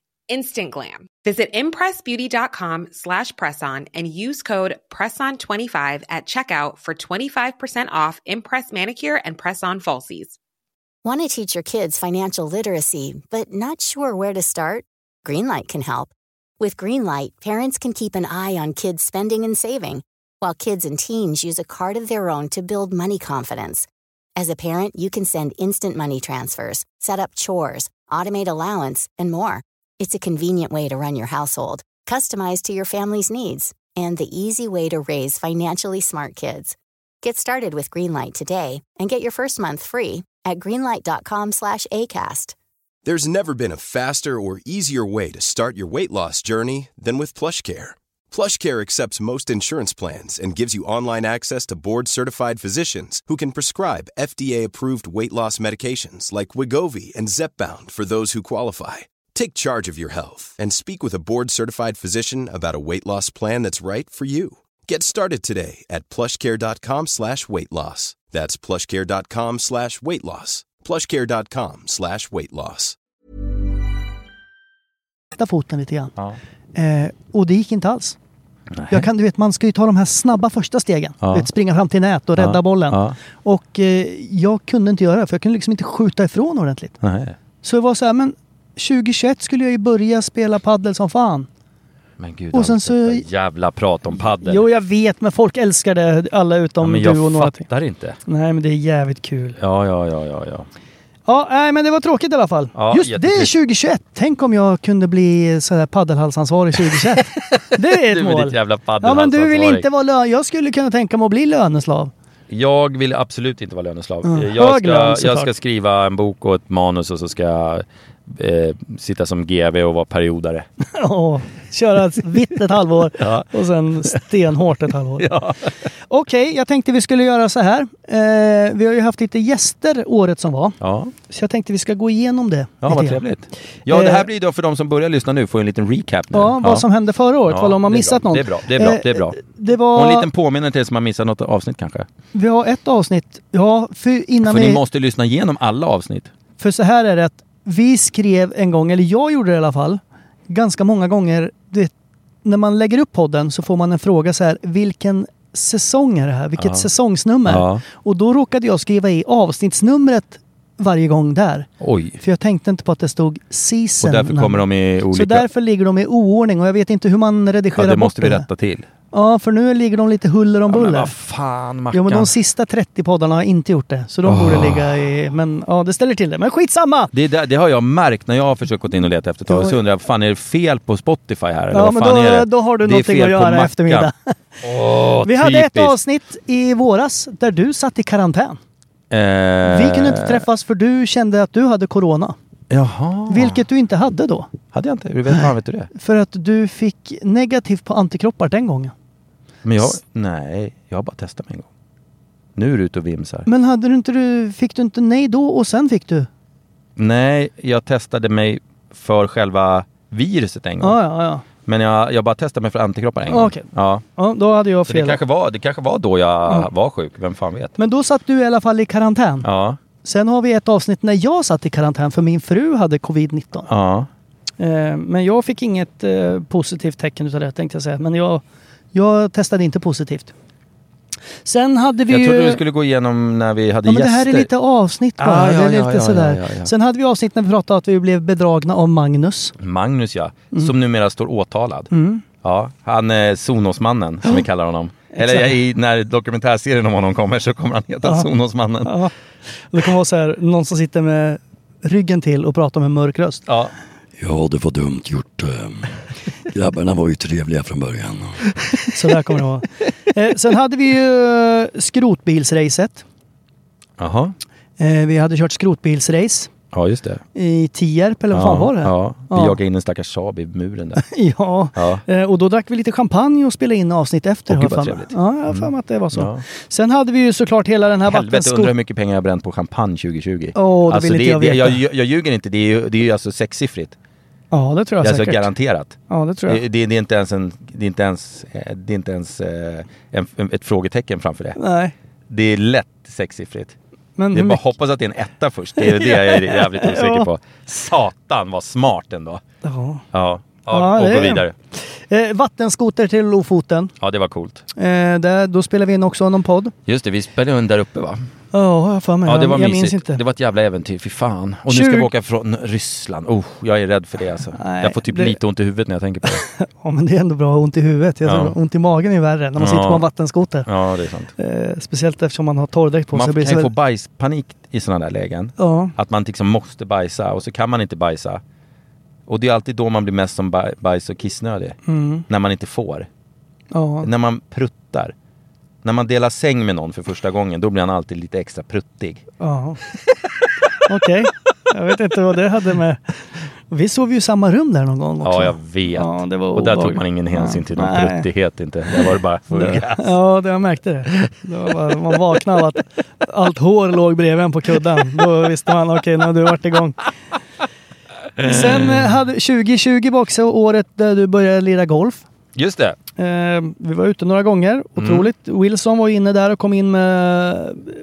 Instant glam. Visit impressbeauty.com slash presson and use code presson25 at checkout for 25% off Impress manicure and press on falsies. Want to teach your kids financial literacy, but not sure where to start? Greenlight can help. With Greenlight, parents can keep an eye on kids' spending and saving, while kids and teens use a card of their own to build money confidence. As a parent, you can send instant money transfers, set up chores, automate allowance, and more. It's a convenient way to run your household, customized to your family's needs, and the easy way to raise financially smart kids. Get started with Greenlight today and get your first month free at greenlight.com slash ACAST. There's never been a faster or easier way to start your weight loss journey than with PlushCare. PlushCare accepts most insurance plans and gives you online access to board-certified physicians who can prescribe FDA-approved weight loss medications like Wigovi and Zepbound for those who qualify. Take charge of your health and speak with a board-certified physician about a weight loss plan that's right for you. Get started today at plushcare.com slash weight loss. That's plushcare.com slash weight loss. Plushcare.com slash weight loss. sätta foten lite grann. Ja. Eh, och det gick inte alls. Jag kan, du vet, man ska ju ta de här snabba första stegen. Ja. Du vet, springa fram till nät och rädda Ja. bollen. Ja. Och eh, jag kunde inte göra det, för jag kunde liksom inte skjuta ifrån ordentligt. Nej. Så det var så här, men 2021 skulle jag ju börja spela paddel som fan. Men gud, Och sen Anders, så- detta jävla prat om padel. Jo, jag vet, men folk älskar det. Alla ja, utom men du och jag några till. fattar inte. Nej, men det är jävligt kul. Ja, ja, ja, ja, ja. Ja, nej, men det var tråkigt i alla fall. Ja, Just det, är jättetrist. 2021. Tänk om jag kunde bli så *laughs* här paddelhalsansvarig 2021. det är ett Du med mål. ditt jävla ja, men du vill paddelhalsansvarig. inte vara lön... Jag skulle kunna tänka mig att bli löneslav. *laughs* Jag vill absolut inte vara löneslav. Mm. Jag, Hög ska, lön, såklart. jag ska skriva en bok och ett manus och så ska jag eh, sitta som GV och vara periodare. Ja, köra vitt ett halvår och sen stenhårt *laughs* ett halvår. Okej, jag tänkte vi skulle göra så här. Eh, vi har ju haft lite gäster året som var. Ja, Så jag tänkte vi ska gå igenom det. ja vad lite grann. trevligt. Ja, det Eh, här blir då för de som börjar lyssna nu, får en liten recap nu. Ja, vad som hände förra året, Ja, vad om man det är missat bra. någon. Det är bra, det är bra, Eh, det är bra. Det Och var... en liten påminnelse till er som har missat något avsnitt kanske. Vi har ett avsnitt. Ja, för innan För vi... ni måste lyssna igenom alla avsnitt. För så här är det att vi skrev en gång, eller jag gjorde det i alla fall, ganska många gånger. Du vet, när man lägger upp podden så får man en fråga så här, vilken säsong är det här? Vilket Ja. säsongsnummer? Ja. Och då råkade jag skriva i avsnittsnumret varje gång där. Oj. För jag tänkte inte på att det stod season. Och därför kommer de i Så olika... därför ligger de i oordning och jag vet inte hur man redigerar Ja, det bort måste vi där. rätta till. Ja, för nu ligger de lite huller om Ja, men buller. vad fan Mackan. Jo men de sista 30 poddarna har inte gjort det. Så de Ah. borde ligga i... Men ja, det ställer till det. Men skitsamma! Det, där, det har jag märkt när jag har försökt gå in och leta efter ett tag. Ja. Så undrar jag, fan är det fel på Spotify här? Eller Ja, vad men fan då, är det? då har du det är någonting fel att på göra Mackan. eftermiddag. Åh, *laughs* Vi hade ett typiskt. avsnitt i våras där du satt i karantän. Eh, Vi kunde inte träffas för du kände att du hade corona. Jaha. Vilket du inte hade då. Hade jag inte? Hur vet, fan vet du det? För att du fick negativt på antikroppar den gången. Men jag... Nej, jag har bara testat mig en gång. Nu är du ute och vimsar. Men hade du inte, du- fick du inte nej då och sen fick du? Nej, jag testade mig för själva viruset en gång. Ja, ja, ja. Men jag, jag bara testade mig för antikroppar en gång. Okej. Ja. ja då hade jag Så det fel. kanske, var, det kanske var då jag var sjuk, vem fan vet? Men då satt du i alla fall i karantän. Ja, Sen har vi ett avsnitt när jag satt i karantän för min fru hade covid-19. ja. Eh, Men jag fick inget eh, positivt tecken utav det tänkte jag säga. Men jag, jag testade inte positivt. Sen hade vi Jag ju... trodde du skulle gå igenom när vi hade ja, men gäster. det här är lite avsnitt bara. Ah, ja, det är lite ja, ja, sådär. ja, ja, ja. Sen hade vi avsnitt när vi pratade om att vi blev bedragna av Magnus. Magnus ja, Mm. som numera står åtalad. Ja, han är Sonosmannen som vi kallar honom. Eller Exakt. i, när dokumentärserien om honom kommer så kommer han heta Ja. Sonosmannen. Ja. Ja. Och Det kommer vara så här, någon som sitter med ryggen till och pratar med mörk röst. Ja, det var dumt gjort. eh. Grabbarna var ju trevliga från början. Så där kommer det vara. Eh, Sen hade vi ju eh, skrotbilsracet. Jaha, Eh, Vi hade kört skrotbilsrace ja just det. i Tierp eller vad fan ja, var det? Ja, vi Ja. jagade in en stackars Saab i muren där. Ja, Ja. Eh, och då drack vi lite champagne och spelade in avsnitt efter. Åh, har jag gud, vad för mig. trevligt. Mm. Ja, jag har för mig att det var så. Ja. Sen hade vi ju såklart hela den här Helvete, undrar hur vattenskotern. mycket pengar jag har bränt på champagne 2020. Åh, det vill det, inte jag det, veta. jag, jag, ljuger inte, det är ju, det är ju alltså sexsiffrigt. Ja, det tror jag Det är alltså säkert. garanterat. Ja, det tror jag. Det, det, det är inte ens, en, det är inte ens, eh, det är inte ens eh, en, ett frågetecken framför det. Nej, Det är lätt sexsiffrigt. men Det hur är bara mycket? hoppas att det är en etta först. Det är det jag *laughs* är jävligt osäker på. Satan vad smart ändå. Ja. Ja, Ja, ja och det gå är- vidare. Eh, vattenskoter till Lofoten. Ja, det var coolt. Eh, där, då spelade vi in också någon podd. Just det, vi spelade in där uppe va? Ja, har jag för mig. Ja, det var jag, jag minns mysigt. inte. Det var ett jävla äventyr, fy fan. Och nu ska Tjugo- vi åka från Ryssland. Oh, jag är rädd för det alltså. Nej, jag får typ det- lite ont i huvudet när jag tänker på det. Ja, men det är ändå bra att ha ont i huvudet. Jag tror Ja. att Ont i magen är ju värre när man Ja. sitter på en vattenskoter. Ja, det är sant. Eh, speciellt eftersom man har torrdräkt på sig. Man blir kan ju det så få väl- bajspanik i sådana där lägen. Ja, Att man liksom måste bajsa och så kan man inte bajsa. Och det är alltid då man blir mest som baj- bajs och kissnödig. Mm. När man inte får. ja. När man pruttar. När man delar säng med någon för första gången, då blir han alltid lite extra pruttig. *laughs* Ja. Okej. Jag vet inte vad det hade med... Vi sov ju i samma rum där någon gång också. Ja, jag vet. Ja, det var och där tog obehagligt. man ingen hänsyn till någon Nej. pruttighet inte. Där var det *laughs* bara full Ja, det, jag märkte det. det var bara, man vaknade av att allt hår låg bredvid en på kudden. Då visste man, okej nu har du varit igång. Sen eh, hade 2020 var också året där du började lira golf. Just det. Eh, vi var ute några Mm. gånger, otroligt. Wilson var inne där och kom in med,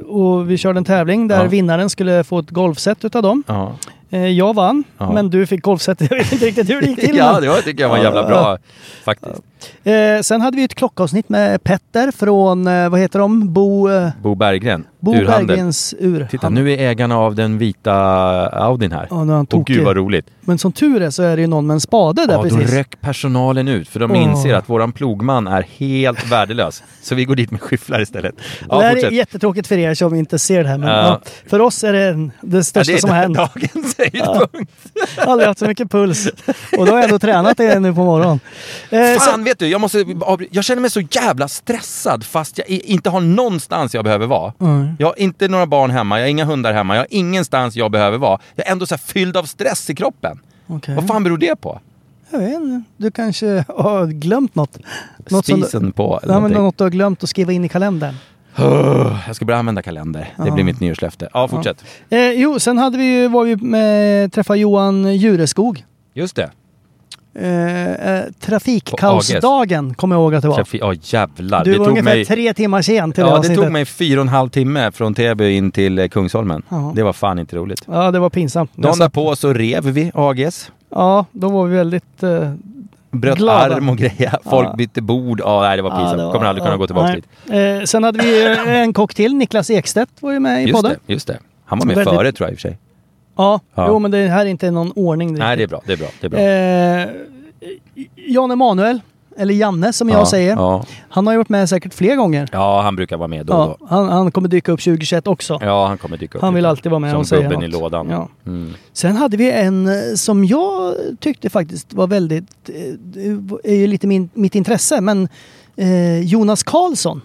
och vi körde en tävling där Ja. vinnaren skulle få ett golfset utav dem. Ja. Eh, jag vann, Ja. men du fick golfset. *laughs* Jag vet inte riktigt hur det gick till. ja, men- det var, tycker jag var jävla bra faktiskt. Eh, sen hade vi ett klockavsnitt med Petter från, eh, vad heter de? Bo... Eh, Bo Berggren, Bo urhandel. Berggrens urhandel. Titta, nu är ägarna av den vita Audin här. Ja, nu är han och tokig. gud vad roligt. Men som tur är så är det ju någon med en spade där Ja, då precis. rök personalen ut för de Åh. inser att våran plogman är helt värdelös. Så vi går dit med skyfflar istället. det Ja, här är fortsätt. jättetråkigt för er som inte ser det här, men Ja. ja. för oss är det en- det största Ja, det är som har hänt. Dagens höjdpunkt. *laughs* Aldrig haft så mycket puls. Och då har jag ändå tränat det nu på morgonen. Eh, Fan så, vet du, jag, måste, avbry- jag känner mig så jävla stressad fast jag i- inte har någonstans jag behöver vara. Jag har inte några barn hemma, jag har inga hundar hemma, jag har ingenstans jag behöver vara. Jag är ändå så här fylld av stress i kroppen. Okej. Vad fan beror det på? jag vet inte, du kanske har glömt något. något som Spisen du, på eller ja, men någonting. Något du har glömt att skriva in i kalendern. Åh, Jag ska börja använda kalender. Det blir mitt nyårslöfte. Ja, fortsätt. Eh, jo, sen hade vi ju, var vi med, träffade Johan Jureskog. Just det. Eh, eh, trafikkaosdagen kommer jag ihåg att det var. Traffi- Ja, jävlar. Du det var tog ungefär mig... tre timmar sen till det Ja, det avsnittet. tog mig fyra och en halv timme från Täby in till eh, Kungsholmen. Ja. Det var fan inte roligt. Ja, det var pinsamt. Jag Dagen satt- därpå så rev vi AGs. Ja, då var vi väldigt... Eh, Bröt Glada. arm och grejer. Folk Ja. bytte bord. Ja, nej, det var pinsamt. Kommer aldrig kunna gå tillbaka dit. dit. Eh, sen hade vi eh, en kock till, Niklas Ekstedt var ju med i Just podden. det, just det. Han var med Väldigt- före tror jag i och för sig. Ja, Ja. jo men det här är inte någon ordning. Nej, det är riktigt. bra. Det är bra. Det är bra. Eh, Jan Emanuel, eller Janne som jag Ja, säger. Ja. Han har ju varit med säkert fler gånger. ja, han brukar vara med då och Ja, då. han, han kommer dyka upp 2021 också. Ja, han kommer dyka upp. Han vill lite. alltid vara med Som och säga gubben i något. lådan. Ja. Mm. Sen hade vi en eh, som jag tyckte faktiskt var väldigt, eh, det är ju lite min, mitt intresse, men eh, Jonas Karlsson,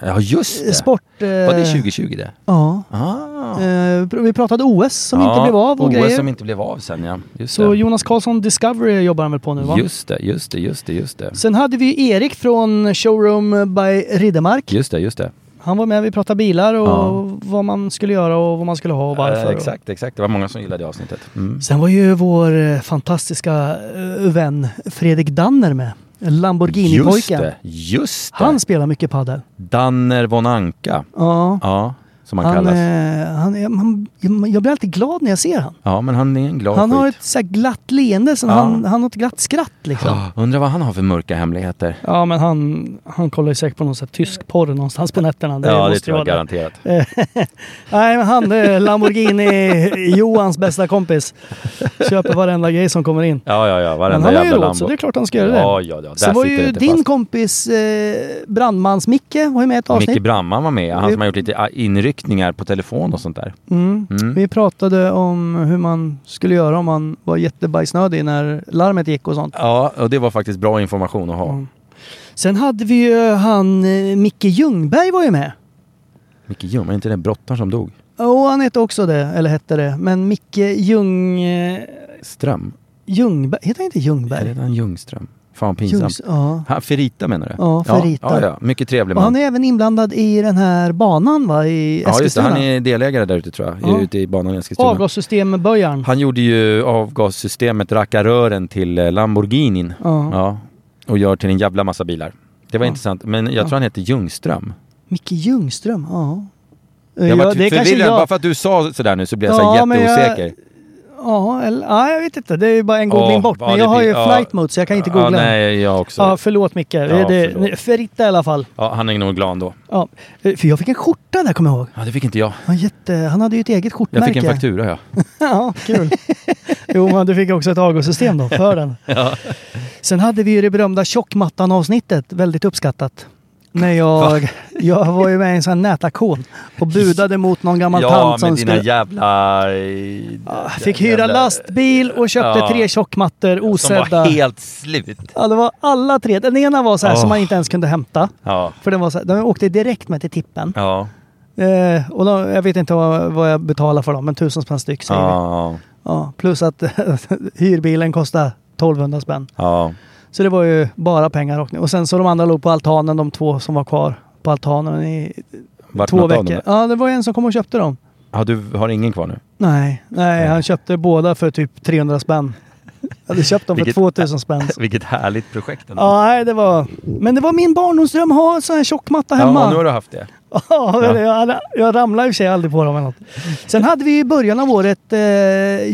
Ja, just det. sport... Eh, Var det 2020 det? Ja. Ah. Eh, pr- vi pratade OS som inte blev av och OS grejer. som inte blev av sen ja. Just Så det. Jonas Karlsson Discovery jobbar han väl på nu va? Just det, just det, just det, just det. Sen hade vi Erik från Showroom by Riddermark. Just det, just det. Han var med, vi pratade bilar och Ja. vad man skulle göra och vad man skulle ha och varför. Eh, exakt, exakt. Det var många som gillade det avsnittet. Mm. Sen var ju vår eh, fantastiska eh, vän Fredrik Danner med. Just Lamborghini-pojken. det, just det. Han spelar mycket padel. Danner von Anka. Ja. Ja, som han, Han, kallas. eh, han, är- man, jag blir alltid glad när jag ser han. Ja, men han är en glad Han skit. har ett så här glatt leende, så Ja. han, han har ett glatt skratt liksom. Ah, Undrar vad han har för mörka hemligheter. Ja men han, han kollar ju säkert på någon sån här tysk porr någonstans på nätterna. Det ja, måste det ju tror vara jag garanterat. Nej men han är *laughs* Lamborghini-Johans bästa kompis. Köper varenda grej som kommer in. Ja, ja, ja. Men Varenda han har ju jävla råd så Lambo. det är klart han ska göra det. Ja, ja, ja. Där Så var sitter det ju inte din fast. kompis eh, brandmans-Micke var ju med i ett Micke avsnitt. Bramman var med. Han som har gjort lite ah, inryckningar på telefon och sånt där. Mm. Vi pratade om hur man skulle göra om man var jättebajsnödig när larmet gick och sånt. Ja, och det var faktiskt bra information att ha. Mm. Sen hade vi ju han eh, Micke Ljungberg var ju med. Micke Ljung, är inte det brottaren som dog? Och han hette också det, eller hette det. Men Micke Ljung... eh, Ström? Ljungberg, heter han inte Ljungberg? Eller han Ljungström? Fan pinsamt. Ljungs- ja. Han, Ferita menar du? Ja, Ja, Ferita. ja, mycket trevlig Och man. han är även inblandad i den här banan va, i ja, just det. Eskilstuna? Han är delägare där ute tror jag, Ja. ute i banan i Eskilstuna. Avgassystemböjaren. Han gjorde ju avgassystemet, rackarrören till eh, Lamborghinin. Ja. Och gör till en jävla massa bilar. Det var intressant, men jag tror han heter Ljungström. Micke Ljungström, ja. Jag Ja, vart det kanske förvirrad, jag- bara för att du sa sådär nu så blev jag Ja, så här men jag- jätteosäker. Ja, eller, ja, jag vet inte. Det är ju bara en googling Åh, bort. vad Men det jag har blir- ju ja. flight mode så jag kan inte googla. Ja, den. nej, jag också. Ja, förlåt Micke. det, det, förlåt. Ferrita i alla fall. Ja, han är nog glad då. Ja. Eh, För jag fick en skjorta där kommer jag ihåg. Ja, det fick inte jag. Han, jätte, han hade ju ett eget Jag skjortmärke. fick en faktura ja. ja, *laughs* kul. jo, men du fick också ett avgassystem då för den. Sen hade vi ju det berömda tjockmattan-avsnittet. Väldigt uppskattat. När jag, *laughs* jag var ju med i en sån här nätaktion och budade mot någon gammal Ja, tant med som dina skulle... Ah, jävla... eh, Fick hyra jävla- lastbil och köpte Ja. tre tjockmattor Som osedda. var helt slut. Ja, det var alla tre. Den ena var så här som Åh. man inte ens kunde hämta. Ja. För den, var så här, den åkte direkt med till tippen. Ja. Eh, och då, jag vet inte vad, vad jag betalar för dem, men tusen spänn styck säger vi. Ja. Ja, plus att *laughs* hyrbilen kostade 1200 spänn. Ja. Så det var ju bara pengar. Och, och sen så de andra låg på altanen, de två som var kvar på altanen i Vart två något av dem veckor. där? Ja, det var en som kom och köpte dem. Ja, du har ingen kvar nu? Nej, nej, han köpte båda för typ 300 spänn. Jag hade köpt dem för Vilket- 2000 spänn. *laughs* Vilket härligt projekt ändå. Ja, nej, det var... Men det var min barndomsdröm att ha en sån här tjockmatta hemma. ja, nu har du haft det. Ja, men Jag, jag ramlar i och för sig aldrig på dem eller något. Sen hade vi i början av året eh,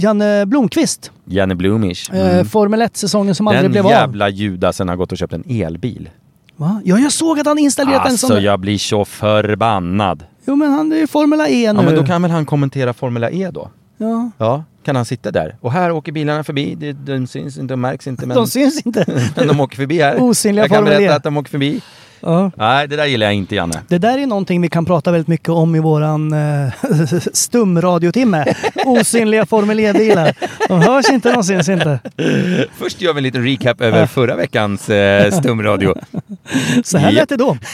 Janne Blomqvist. Janne Blumish. Eh, Formel 1-säsongen som aldrig Mm. Den blev av. jävla judasen har gått och köpt en elbil. Va? Ja, jag såg att han installerat en Alltså sån. jag blir så förbannad. Jo, men han är ju Formula E nu. Ja, men då kan väl han kommentera Formula E då? Ja. Ja, kan han sitta där? Och här åker bilarna förbi, det, de syns inte, de märks *laughs* inte. Men De syns inte. men de åker förbi här. Osynliga Jag kan Formel E. berätta att de åker förbi. Ja. Nej, det där gillar jag inte Janne. Det där är någonting vi kan prata väldigt mycket om i våran eh, *laughs* *laughs* stumradiotimme. Osynliga Formel E-bilar. De hörs inte, de syns inte. Först gör vi en liten recap över förra veckans eh, stumradio. Så här Ja. lät det då. *laughs*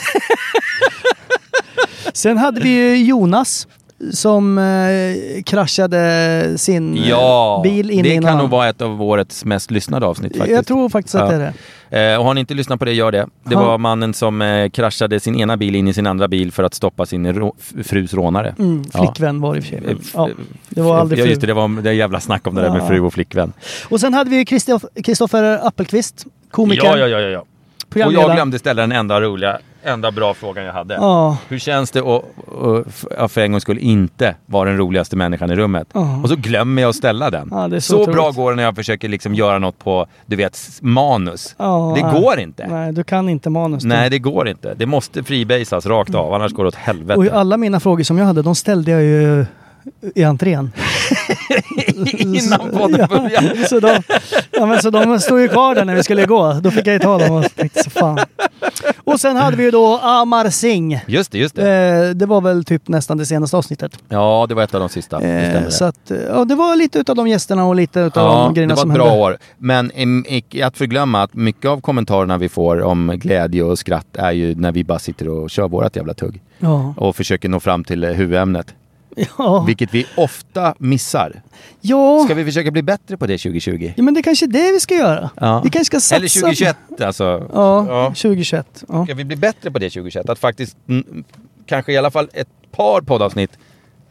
Sen hade vi ju Jonas som eh, kraschade sin eh, Ja, bil in i det en kan nog annan. vara ett av årets mest lyssnade avsnitt faktiskt. Jag tror faktiskt att det är det. Eh, och har ni inte lyssnat på det, gör det. Det Ja. var mannen som eh, kraschade sin ena bil in i sin andra bil för att stoppa sin rå- f- frus rånare. Mm, Ja. flickvän var det i och för sig. Eh, men, f- Ja, det var ja, aldrig just det, fru. det var det jävla snack om det där Ja. med fru och flickvän. Och sen hade vi ju Kristoff- Kristoffer Appelqvist, komikern. Ja, ja, ja, ja, ja. Och Programledare. jag glömde ställa den enda roliga, enda bra frågan jag hade. Ja. Hur känns det att att f- för en gångs skull inte vara den roligaste människan i rummet? Ja. Och så glömmer jag att ställa den. Ja, det är så otroligt. bra går det när jag försöker liksom göra något på, du vet, s- manus. Ja, det nej. går inte. Nej. Nej, du kan inte manus. det går inte. Det måste freebasas rakt av, annars går det åt helvete. Och alla mina frågor som jag hade, de ställde jag ju i entrén. *laughs* Innan podden börjar. Så de, ja, men så de stod ju kvar där när vi skulle gå. Då fick jag ju ta dem och tänkte så fan. Och sen hade vi ju då Amar Singh. Just det, just det. Eh, det var väl typ nästan det senaste avsnittet. Ja, det var ett av de sista. Det Eh, stämmer. så att, eh, ja, det var lite utav de gästerna och lite utav Ja, de det grejerna var som ett bra hände. år. Men em, icke att förglömma att mycket av kommentarerna vi får om glädje och skratt är ju när vi bara sitter och kör vårat jävla tugg. Ja. Och försöker nå fram till eh, huvudämnet. Ja. Vilket vi ofta missar. Ja. Ska vi försöka bli bättre på det 2020? ja, men det kanske är det vi ska göra. Ja. Vi kanske ska satsa. Eller 2021 alltså. Ja, 2021. Ja. Ska vi bli bättre på det 2021? Att faktiskt, mm, kanske i alla fall ett par poddavsnitt,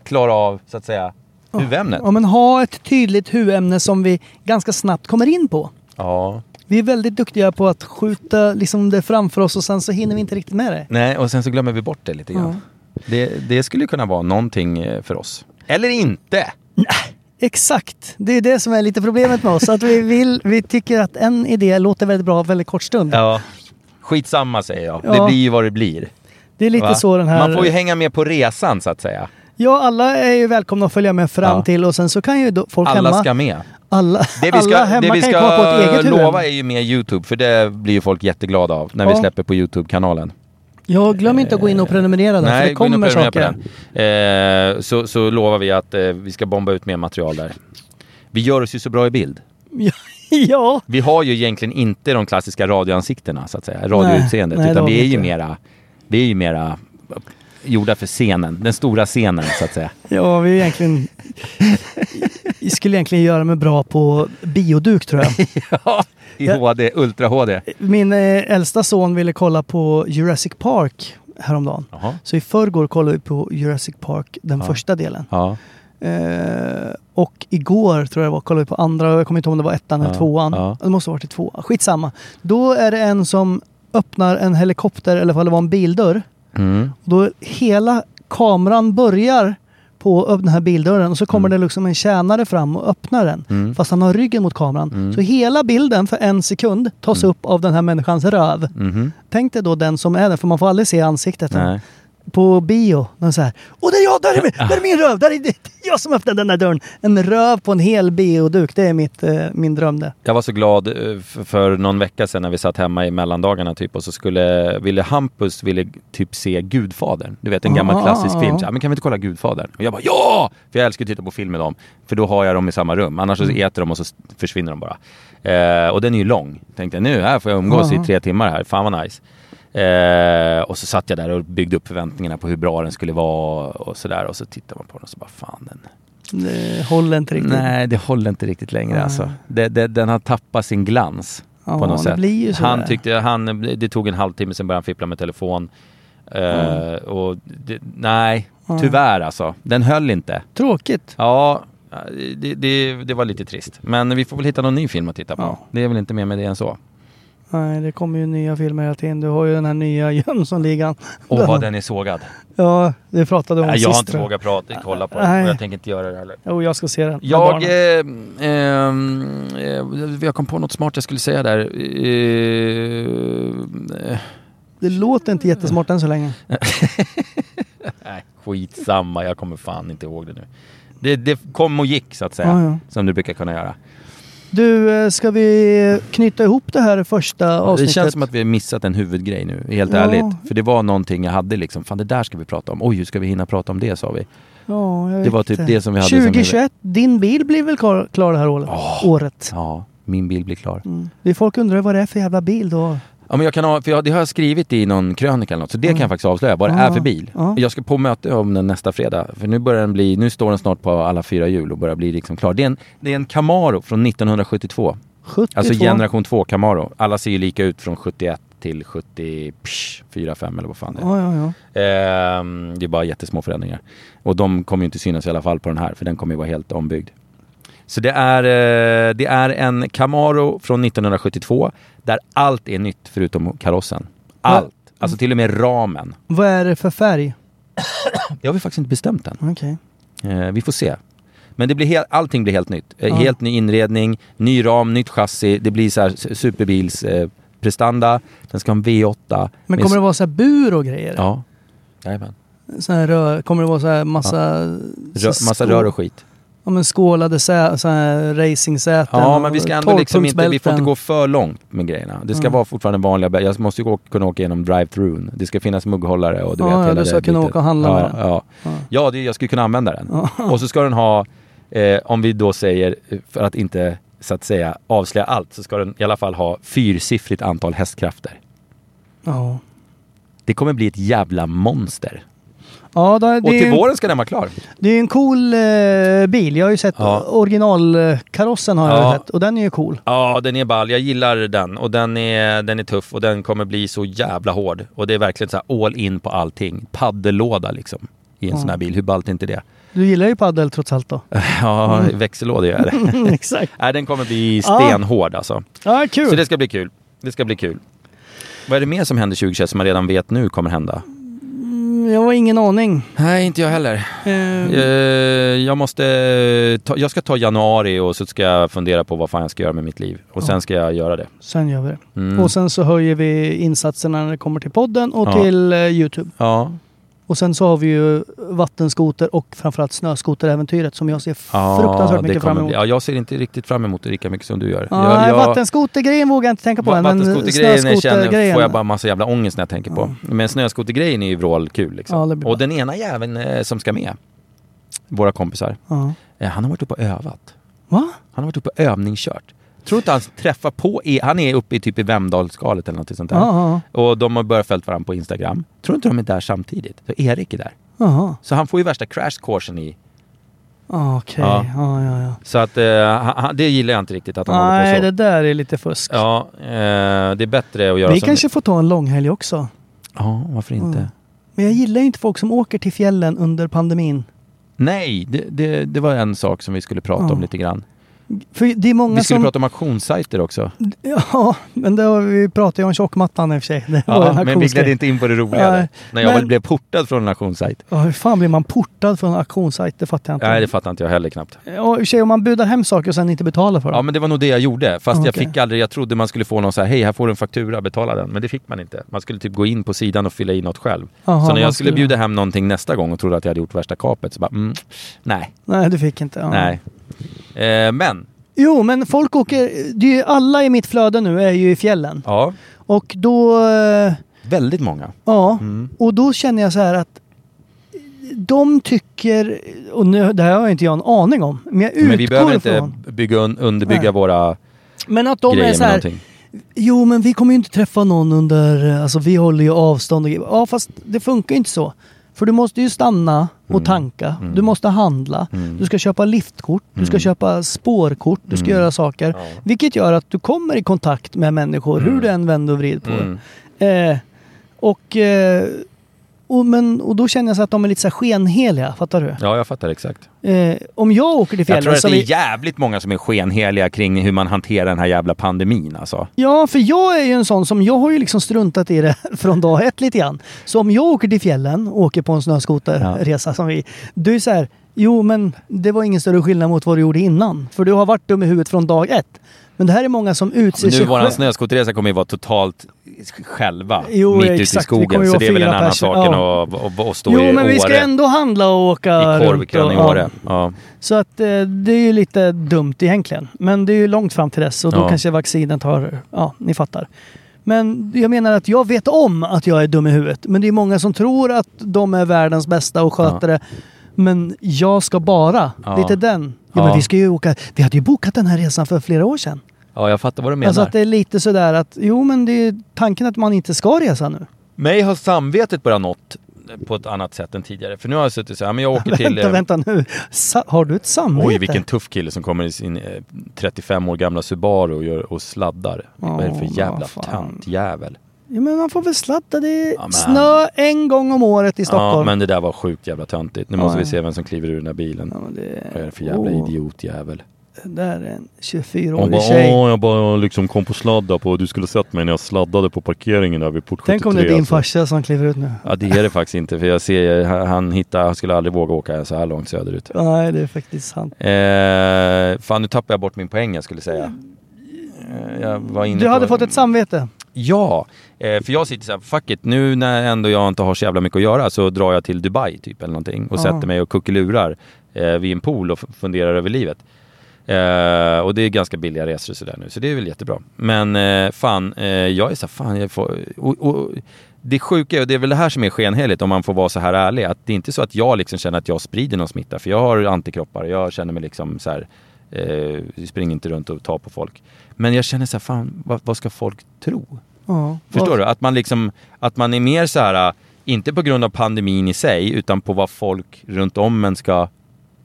klara av så att säga huvudämnet. Ja, men ha ett tydligt huvudämne som vi ganska snabbt kommer in på. Ja. Vi är väldigt duktiga på att skjuta liksom det framför oss och sen så hinner vi inte riktigt med det. Nej, och sen så glömmer vi bort det lite grann. Det, det skulle kunna vara någonting eh, för oss. Eller inte! Exakt, det är det som är lite problemet med oss. Att vi, vill, vi tycker att en idé låter väldigt bra väldigt kort stund. Ja. Skitsamma säger jag. Ja. Det blir ju vad det blir. Det är lite va? så den här... Man får ju hänga med på resan så att säga. Ja, alla är ju välkomna att följa med fram Ja. till och sen så kan ju då, folk Alla hemma... ska med. Alla, Det vi ska, alla hemma det vi kan ska ju komma på ett eget huvudämne. lova är ju mer YouTube, för det blir ju folk jätteglada av när Ja. vi släpper på YouTube-kanalen. Ja, glöm inte att gå in och prenumerera där, för det gå in och kommer prenumerera på saker. den. Eh, så, så lovar vi att eh, vi ska bomba ut mer material där. Vi gör oss ju så bra i bild. Ja, *laughs* ja. Vi har ju egentligen inte de klassiska radioansiktena, så att säga, Nej, radioutseendet, nej, det utan har vi vi är, ju inte. mera, vi är ju mera gjorda för scenen, den stora scenen så att säga. ja, vi är egentligen... Vi skulle egentligen göra mig bra på bioduk tror jag. ja, i *laughs* Ja. HD, Ultra HD. *laughs* Min eh, äldsta son ville kolla på Jurassic Park häromdagen. Jaha. Så i förrgår kollade vi på Jurassic Park, den första delen. Ja. Eh, och igår tror jag det var, kollade vi på andra, jag kommer inte ihåg om det var ettan eller Ja, tvåan. ja. Det måste ha varit i tvåan, skitsamma. Då är det en som öppnar en helikopter, eller vad det var en bildörr. Mm. Då hela kameran börjar på ö- den här bildörren och så Mm. kommer det liksom en tjänare fram och öppnar den. Fast han har ryggen mot kameran. Mm. Så hela bilden för en sekund tas upp av den här människans röv. Mhm. Tänk dig då den som är den, för man får aldrig se ansiktet. Nej. På bio, när så här, Åh, det är jag! Där är min, där är min röv! Där är, *laughs* det är jag som öppnade den där dörren! En röv på en hel bioduk, det är mitt, eh, min dröm det. Jag var så glad eh, f- för någon vecka sedan när vi satt hemma i mellandagarna typ och så skulle, ville Hampus ville typ se Gudfadern. Du vet en gammal Ah. klassisk film. Så, här, men kan vi inte kolla Gudfadern? Och jag bara ja! För jag älskar typ att titta på film med dem. För då har jag dem i samma rum. Annars så Mm. äter de och så s- försvinner de bara. Eh, och den är ju lång. Tänkte jag nu här får jag umgås Aha. i tre timmar här. Fan vad nice. Eh, och så satt jag där och byggde upp förväntningarna på hur bra den skulle vara och sådär. Och så tittar man på den och så bara fan den det håller inte riktigt. Nej, det håller inte riktigt längre alltså. Det, det, den har tappat sin glans Ja, på något det sätt. blir ju så där. han tyckte, han, det tog en halvtimme sen började han fippla med telefon. Eh, Mm. och det, nej, tyvärr alltså. Den höll inte. Tråkigt. Ja, Ja, Det, det, det var lite trist. Men vi får väl hitta någon ny film att titta på. Det är väl inte mer med det än så. Nej, det kommer ju nya filmer hela tiden. Du har ju den här nya *laughs* Jönssonligan. Åh, vad den är sågad. Ja, det pratade om Nej, sist. jag har inte tror vågat prata, kolla på Nej. den. Och jag tänker inte göra det heller. Jo, jag ska se den. med Jag, barnen. eh, ehm, eh, jag kom på något smart jag skulle säga där. Eh, eh, Det låter inte jättesmart än så länge. Nej, skitsamma. Jag kommer fan inte ihåg det nu. Det, det kom och gick så att säga. Ja, ja. Som du brukar kunna göra. Du, eh, ska vi knyta ihop det här första Det avsnittet? känns som att vi har missat en huvudgrej nu, helt Ja. ärligt. För det var någonting jag hade liksom, fan det där ska vi prata om. Oj, hur ska vi hinna prata om det sa vi. Ja, jag Det vet var typ inte. det som vi hade som huvud- 2021, din bil blir väl klar, klar det här året? året. Ja, min bil blir klar. Det Folk undrar vad det är för jävla bil då. Ja, men jag kan ha, för jag, det har jag skrivit i någon krönika eller något, så det kan jag faktiskt avslöja vad det Ja, är för bil. ja. Jag ska på möte om den nästa fredag, för nu börjar den bli, nu står den snart på alla fyra hjul och börjar bli liksom klar. Det är en, det är en Camaro från 1972. 72. Alltså generation 2 Camaro. Alla ser ju lika ut från 71 till 74, 5 eller vad fan det är. Ja, ja, ja. Ehm, det är bara jättesmå förändringar. Och de kommer ju inte synas i alla fall på den här, för den kommer ju vara helt ombyggd. Så det är, eh, det är en Camaro från 1972 där allt är nytt förutom karossen. Allt! Alltså till och med ramen. Vad är det för färg? Det har vi faktiskt inte bestämt än. Okej. Eh, vi får se. Men det blir helt, allting blir helt nytt. Eh, Ja. Helt ny inredning, ny ram, nytt chassi. Det blir så här s- superbils eh, prestanda. Den ska ha en V8. Men kommer det vara så här bur och grejer? Ja. Jajamän. Så här rör, kommer det vara så här massa... Rö, så massa skå- rör och skit. Ja men skålade sä, så här racingsäten. Ja, och men vi ska ändå liksom inte, vi får inte torkpunktsbälten. gå för långt med grejerna. Det ska Mm. vara fortfarande vanliga, bä- jag måste ju gå, kunna åka genom drive-thrun. Det ska finnas mugghållare och du Ja, vet ja, hela du ska det kunna bitet. åka och handla ja, med den. Ja, Ja. ja. det, jag skulle kunna använda den. Ja. Och så ska den ha, eh, om vi då säger, eh, för att inte så att säga avslöja allt, så ska den i alla fall ha fyrsiffrigt antal hästkrafter. Ja. Det kommer bli ett jävla monster. Ja, då, det, Och till är, våren ska den vara klar. det är en cool eh, bil. Jag har ju sett Ja. originalkarossen har jag Ja. sett och den är ju cool. Ja, den är ball. Jag gillar den och den är, den är tuff och den kommer bli så jävla hård. Och det är verkligen så här all in på allting. Paddellåda liksom i en Ja. sån här bil. Hur ballt är inte det? *laughs* Du gillar ju padel trots allt då. *laughs* Ja, Mm. växellåda gör det. Exakt. Nej, den kommer bli stenhård alltså. Ja, kul. Så det ska bli kul. Det ska bli kul. Vad är det mer som händer 2021 som man redan vet nu kommer hända? Jag har ingen aning. Nej, inte jag heller. Eh, Jag måste... eh, Ta, jag ska ta januari och så ska jag fundera på vad fan jag ska göra med mitt liv. Och sen ska jag göra det. Sen gör vi det. Mm. Och sen så höjer vi insatserna när det kommer till podden och Ja. till eh, Youtube. Ja, Och sen så har vi ju vattenskoter och framförallt snöskoteräventyret som jag ser Ja, det fruktansvärt mycket kommer fram emot. bli- Ja, jag ser inte riktigt fram emot det lika mycket som du gör. Ja, jag, nej, jag, vattenskotergrejen vågar jag inte tänka på va- än, men vattenskotergrejen jag känner, snöskotergrejen. får jag bara massa jävla ångest när jag tänker på. Men snöskotergrejen är ju vrålkul liksom. Ja, det blir bra. Och den ena jäveln eh, som ska med, våra kompisar, Ja. eh, han har varit uppe och övat. Va? Han har varit uppe och övningskört. Tror inte han träffar på, e- han är uppe i typ i Vemdalsskalet eller något sånt där. Ja, Och de har börjat följa varandra på Instagram. Tror inte de är där samtidigt? Så Erik är där. Jaha, Så han får ju värsta crash coursen i. Ja, okej. Ja. Ja, ja, ja. Så att eh, han, han- det gillar jag inte riktigt att han håller på så. Nej, det där är lite fusk. Ja, eh, det är bättre att göra vi som- kanske får ta en långhelg också. Ja, varför inte? Mm. Men jag gillar ju inte folk som åker till fjällen under pandemin. Nej, det, det, det var en sak som vi skulle prata Ja. om lite grann. För det är Mm. många Vi skulle som... prata om auktionssajter också. *laughs* Ja, men det har vi pratade ju om tjockmattan i och för sig. Det var en Ja, men vi auktionsgrej. gled inte in på det roliga. Nej, där. När jag men- väl blev portad från en auktionssajt. Ja, hur fan blir man portad från en auktionssajt? Det fattar jag inte. Nej, det fattar inte jag heller knappt. Ja, i och för sig om man budar hem saker och sen inte betalar för Ja, dem. men det var nog det jag gjorde. Fast jag Okej. fick aldrig, jag trodde man skulle få någon så här, hej här får du en faktura, betala den. Men det fick man inte. Man skulle typ gå in på sidan och fylla i något själv. Jaha, så när man jag skulle skulle- bjuda hem någonting nästa gång och trodde att jag hade gjort värsta kapet, så bara, mm, nej, Nej, du fick inte. Ja. nej. Eh, men, Jo, men folk åker... Det är ju alla i mitt flöde nu är ju i fjällen. ja, Och då... eh, väldigt många. Ja, Mm. och då känner jag så här att de tycker, och nu, det här har inte jag en aning om, men jag utgår Men vi behöver inte ifrån. bygga un, underbygga Nej. våra Men att de grejer är så med här, någonting. jo men vi kommer ju inte träffa någon under, alltså vi håller ju avstånd och grejer." Ja fast det funkar ju inte så. För du måste ju stanna och Mm. tanka, du måste handla, du ska köpa liftkort, du Mm. ska köpa spårkort, du ska göra saker. Vilket gör att du kommer i kontakt Mm. med människor hur du än vänder och vrider på det. Eh, och eh, och, men, och då känner jag så att de är lite så här skenheliga, fattar du? Ja, jag fattar exakt. Eh, om jag åker till Jag tror fjällen att det så... är Vi, jävligt många som är skenheliga kring hur man hanterar den här jävla pandemin alltså. ja, för jag är ju en sån som, jag har ju liksom struntat i det *laughs* från dag ett lite grann. Så om jag åker till fjällen och åker på en snöskoterresa som vi, du är så här, jo men det var ingen större skillnad mot vad du gjorde innan. För du har varit dum i huvudet från dag ett. Men det här är många som utser Nu sig våran själv- snöskoterresa kommer ju vara totalt själva Jo, mitt ute i exakt. Vi kommer skogen. ju Så vara det är väl en fyra annan pers, sak än ja. att, att, att stå i Jo men vi ska Åre ändå handla och åka i korvkön i och- Åre. ja. Ja. Så att eh, det är ju lite dumt egentligen. Men det är ju långt fram till dess och då Ja. kanske vaccinet har... Ja, ni fattar. Men jag menar att jag vet om att jag är dum i huvudet. Men det är många som tror att de är världens bästa och sköter det. Men jag ska bara. Ja. Lite den. Ja, Ja. men vi ska ju åka. Vi hade ju bokat den här resan för flera år sedan. ja, jag fattar vad du menar. Alltså att det är lite sådär att jo men det är tanken att man inte ska resa nu. Mig har samvetet börjat nått på ett annat sätt än tidigare. För nu har jag suttit så här, men jag *laughs* åker till... vänta, eh, vänta nu. Sa, har du ett samvete? Oj, vilken tuff kille som kommer i sin eh, 35 år gamla Subaru och, gör, och sladdar. vad är det Ja, för jävla vad fan. tantjävel? Ja, men man får väl sladda. Det är men- snö en gång om året i Stockholm. Ja, men det där var sjukt jävla töntigt. Nu måste Ja. Oh. vi se vem som kliver ur den där bilen. Vad är det för jävla Åh. idiotjävel? där är en Hon 24-årig bara, tjej. "Åh, jag bara liksom kom på sladda på, du skulle sett mig när jag sladdade på parkeringen där vid port 73. Tänk om det är din alltså." farsa som kliver ut nu. Ja det är det faktiskt inte för jag ser, han- han hittar, han skulle aldrig våga åka så här långt söderut. Nej, det är faktiskt sant. Eh, fan nu tappar jag bort min poäng jag skulle säga. Eh, jag var inne Du hade på... fått ett samvete. Ja, eh, för jag sitter så här, fuck it, nu när ändå jag inte har så jävla mycket att göra så drar jag till Dubai typ eller någonting och Ja. sätter mig och kuckelurar eh, vid en pool och f- funderar över livet. Eh, och det är ganska billiga resor sådär nu, så det är väl jättebra. Men eh, fan, eh, jag är så här, fan, jag får... Och, och, det sjuka är, och det är väl det här som är skenheligt om man får vara så här ärlig, att det är inte så att jag liksom känner att jag sprider någon smitta, för jag har antikroppar, jag känner mig liksom så här, eh, springer inte runt och tar på folk. Men jag känner så här, fan, vad, vad ska folk tro? Ja. Förstår du? Att man, liksom, att man är mer så här, äh, inte på grund av pandemin i sig, utan på vad folk runt om en ska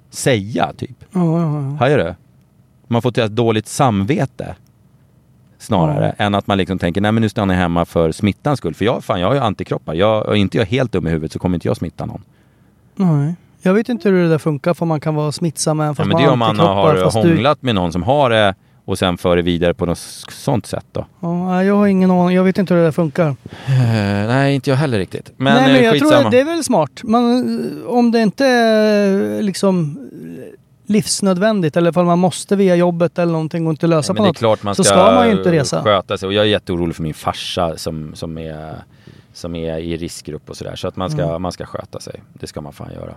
säga, typ. Ja, ja, Hajar du? Man får till ett dåligt samvete snarare än att man liksom tänker nej men nu stannar jag hemma för smittans skull. För jag, fan, jag har ju antikroppar. Jag, är inte jag helt dum i huvudet så kommer inte jag smitta någon. ja. Nej. Jag vet inte hur det där funkar, för man kan vara smittsam även Ja, fast men det är om man har antikroppar, fast du- hånglat med någon som har det och sen för det vidare på något sånt sätt då. Ja, nej, jag har ingen aning. Jag vet inte hur det där funkar. Eh, nej, inte jag heller riktigt. Men, Nej, men eh, jag tror skitsamma. att det är väl smart. Man, eh, om det inte är eh, liksom eh, livsnödvändigt eller ifall man måste via jobbet eller någonting och inte lösa Nej, på men det är något. klart man så ska, ska man ju inte resa. sköta sig. Och jag är jätteorolig för min farsa som, som, är, som är i riskgrupp och sådär. Så att man ska, Mm. man ska sköta sig. Det ska man fan göra.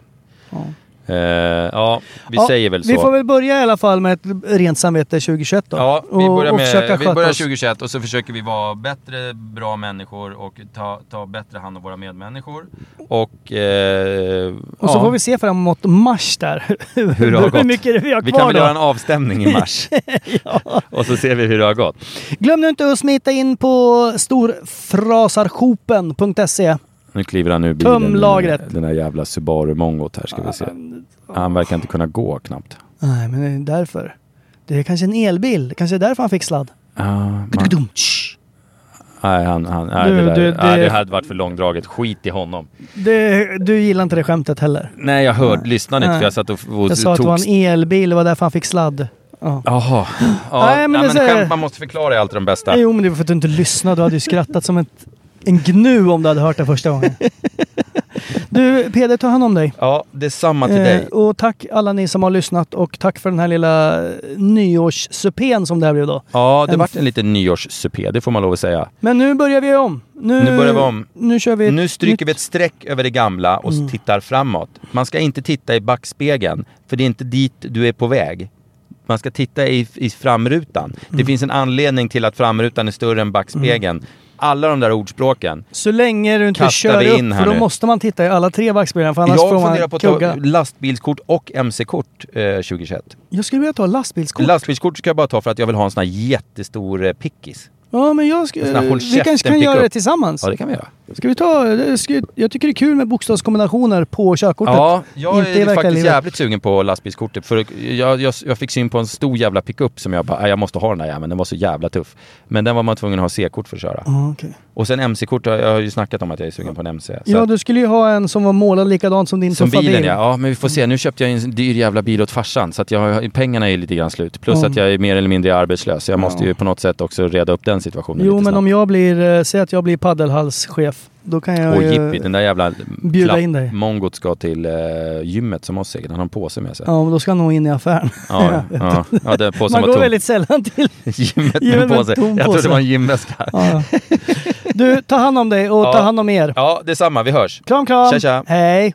Ja. Eh, ja, vi Ja, säger väl så. Vi får väl börja i alla fall med ett rent samvete 2021 då. Ja, vi börjar, försöka med, vi sköta börjar oss. 2021 och så försöker vi vara bättre, bra människor och ta, ta bättre hand om våra medmänniskor. Och, eh, Och så ja, får vi se framåt mars där. *laughs* hur det har gått. mycket vi har vi kvar kan väl då. göra en avstämning i *laughs* mars. Och så ser vi hur det har gått. Glöm nu inte att smita in på storfrasarhopen.se. Nu kliver han ur bilen. Töm lagret. Den här jävla Subaru Mongot här ska vi se. Han verkar inte kunna gå knappt. Nej, men det är därför. Det är kanske en elbil. Det kanske är därför han fick sladd. man- Kudukudum. Nej, han, han, nej, Du, det, där, du, nej, det- det hade varit för långdraget. Skit i honom. Det, du gillar inte det skämtet heller. Nej, jag hörde, lyssnade inte Nej. för jag satt och, och Jag sa att det tog... var en elbil. Det var därför han fick sladd. Ja. Jaha. Ja, nej, Nej, men men, det säger- skämt, man måste förklara är alltid de bästa. Jo, men det var för att du inte lyssnade. Du hade ju skrattat som ett, en gnu om du hade hört det *laughs* första gången. Du, Peder, ta hand om dig. Ja, detsamma till dig. Eh, och tack alla ni som har lyssnat och tack för den här lilla nyårssupén som det här blev då. Ja, det en- vart en liten nyårssupé, det får man lov att säga. Men nu börjar vi om. Nu, Nu börjar vi om. Nu kör vi ett Nu stryker vi nytt- Mm. ett streck över det gamla och tittar framåt. Man ska inte titta i backspegeln, för det är inte dit du är på väg. Man ska titta i, i framrutan. Mm. Det finns en anledning till att framrutan är större än backspegeln. Alla de där ordspråken. Så länge du inte Kastar kör vi upp, in här för då nu. måste man titta i alla tre backspegeln, för annars jag får funderar man på att kugga. ta lastbilskort och MC-kort eh, 2021. Jag skulle vilja ta lastbilskort. Lastbilskort ska jag bara ta för att jag vill ha en sån här jättestor eh, pickis. ja, men jag sku... En sån här håll Vi käften kanske kan pickup. göra det tillsammans. Ja, det kan vi göra. Ska vi ta... det ska- Jag tycker det är kul med bokstavskombinationer på *laughs* körkortet. Ja, jag Inte i är verkliga faktiskt livet. jävligt sugen på lastbilskortet. För jag, jag, jag fick syn på en stor jävla pickup som jag bara, "Nej, jag måste ha den där jäveln, den var så jävla tuff. Men den var man tvungen att ha C-kort för att köra. Ja, okej. Och sen MC-kort, jag jag har ju snackat om att jag är sugen på en MC. Så Ja, att- du skulle ju ha en som var målad likadant som din som tuffa bilen bil. ja. ja, men vi får se. Nu köpte jag en dyr jävla bil åt farsan så att jag, har- pengarna är lite grann slut. Plus Ja. att jag är mer eller mindre arbetslös. Så jag måste Ja. ju på något sätt också reda upp den situationen Jo, lite men snabbt. om jag blir, eh, säg att jag blir paddelhalschef, då kan jag Och ju... jippi, den där jävla bjuda klapp- in dig. mongot ska till eh, gymmet som oss säkert. Han har en påse med sig. Ja, men då ska han nog in i affären. Ja, ja, ja, den påsen Man var går tom. väldigt sällan till *laughs* Gymmet med gymmet en påse. tom Jag trodde påse. det var en gymväska. Ja. Du, ta hand om dig och ta Ja. hand om er. Ja, detsamma. Vi hörs. Kram, kram! Tja, tja. Hej!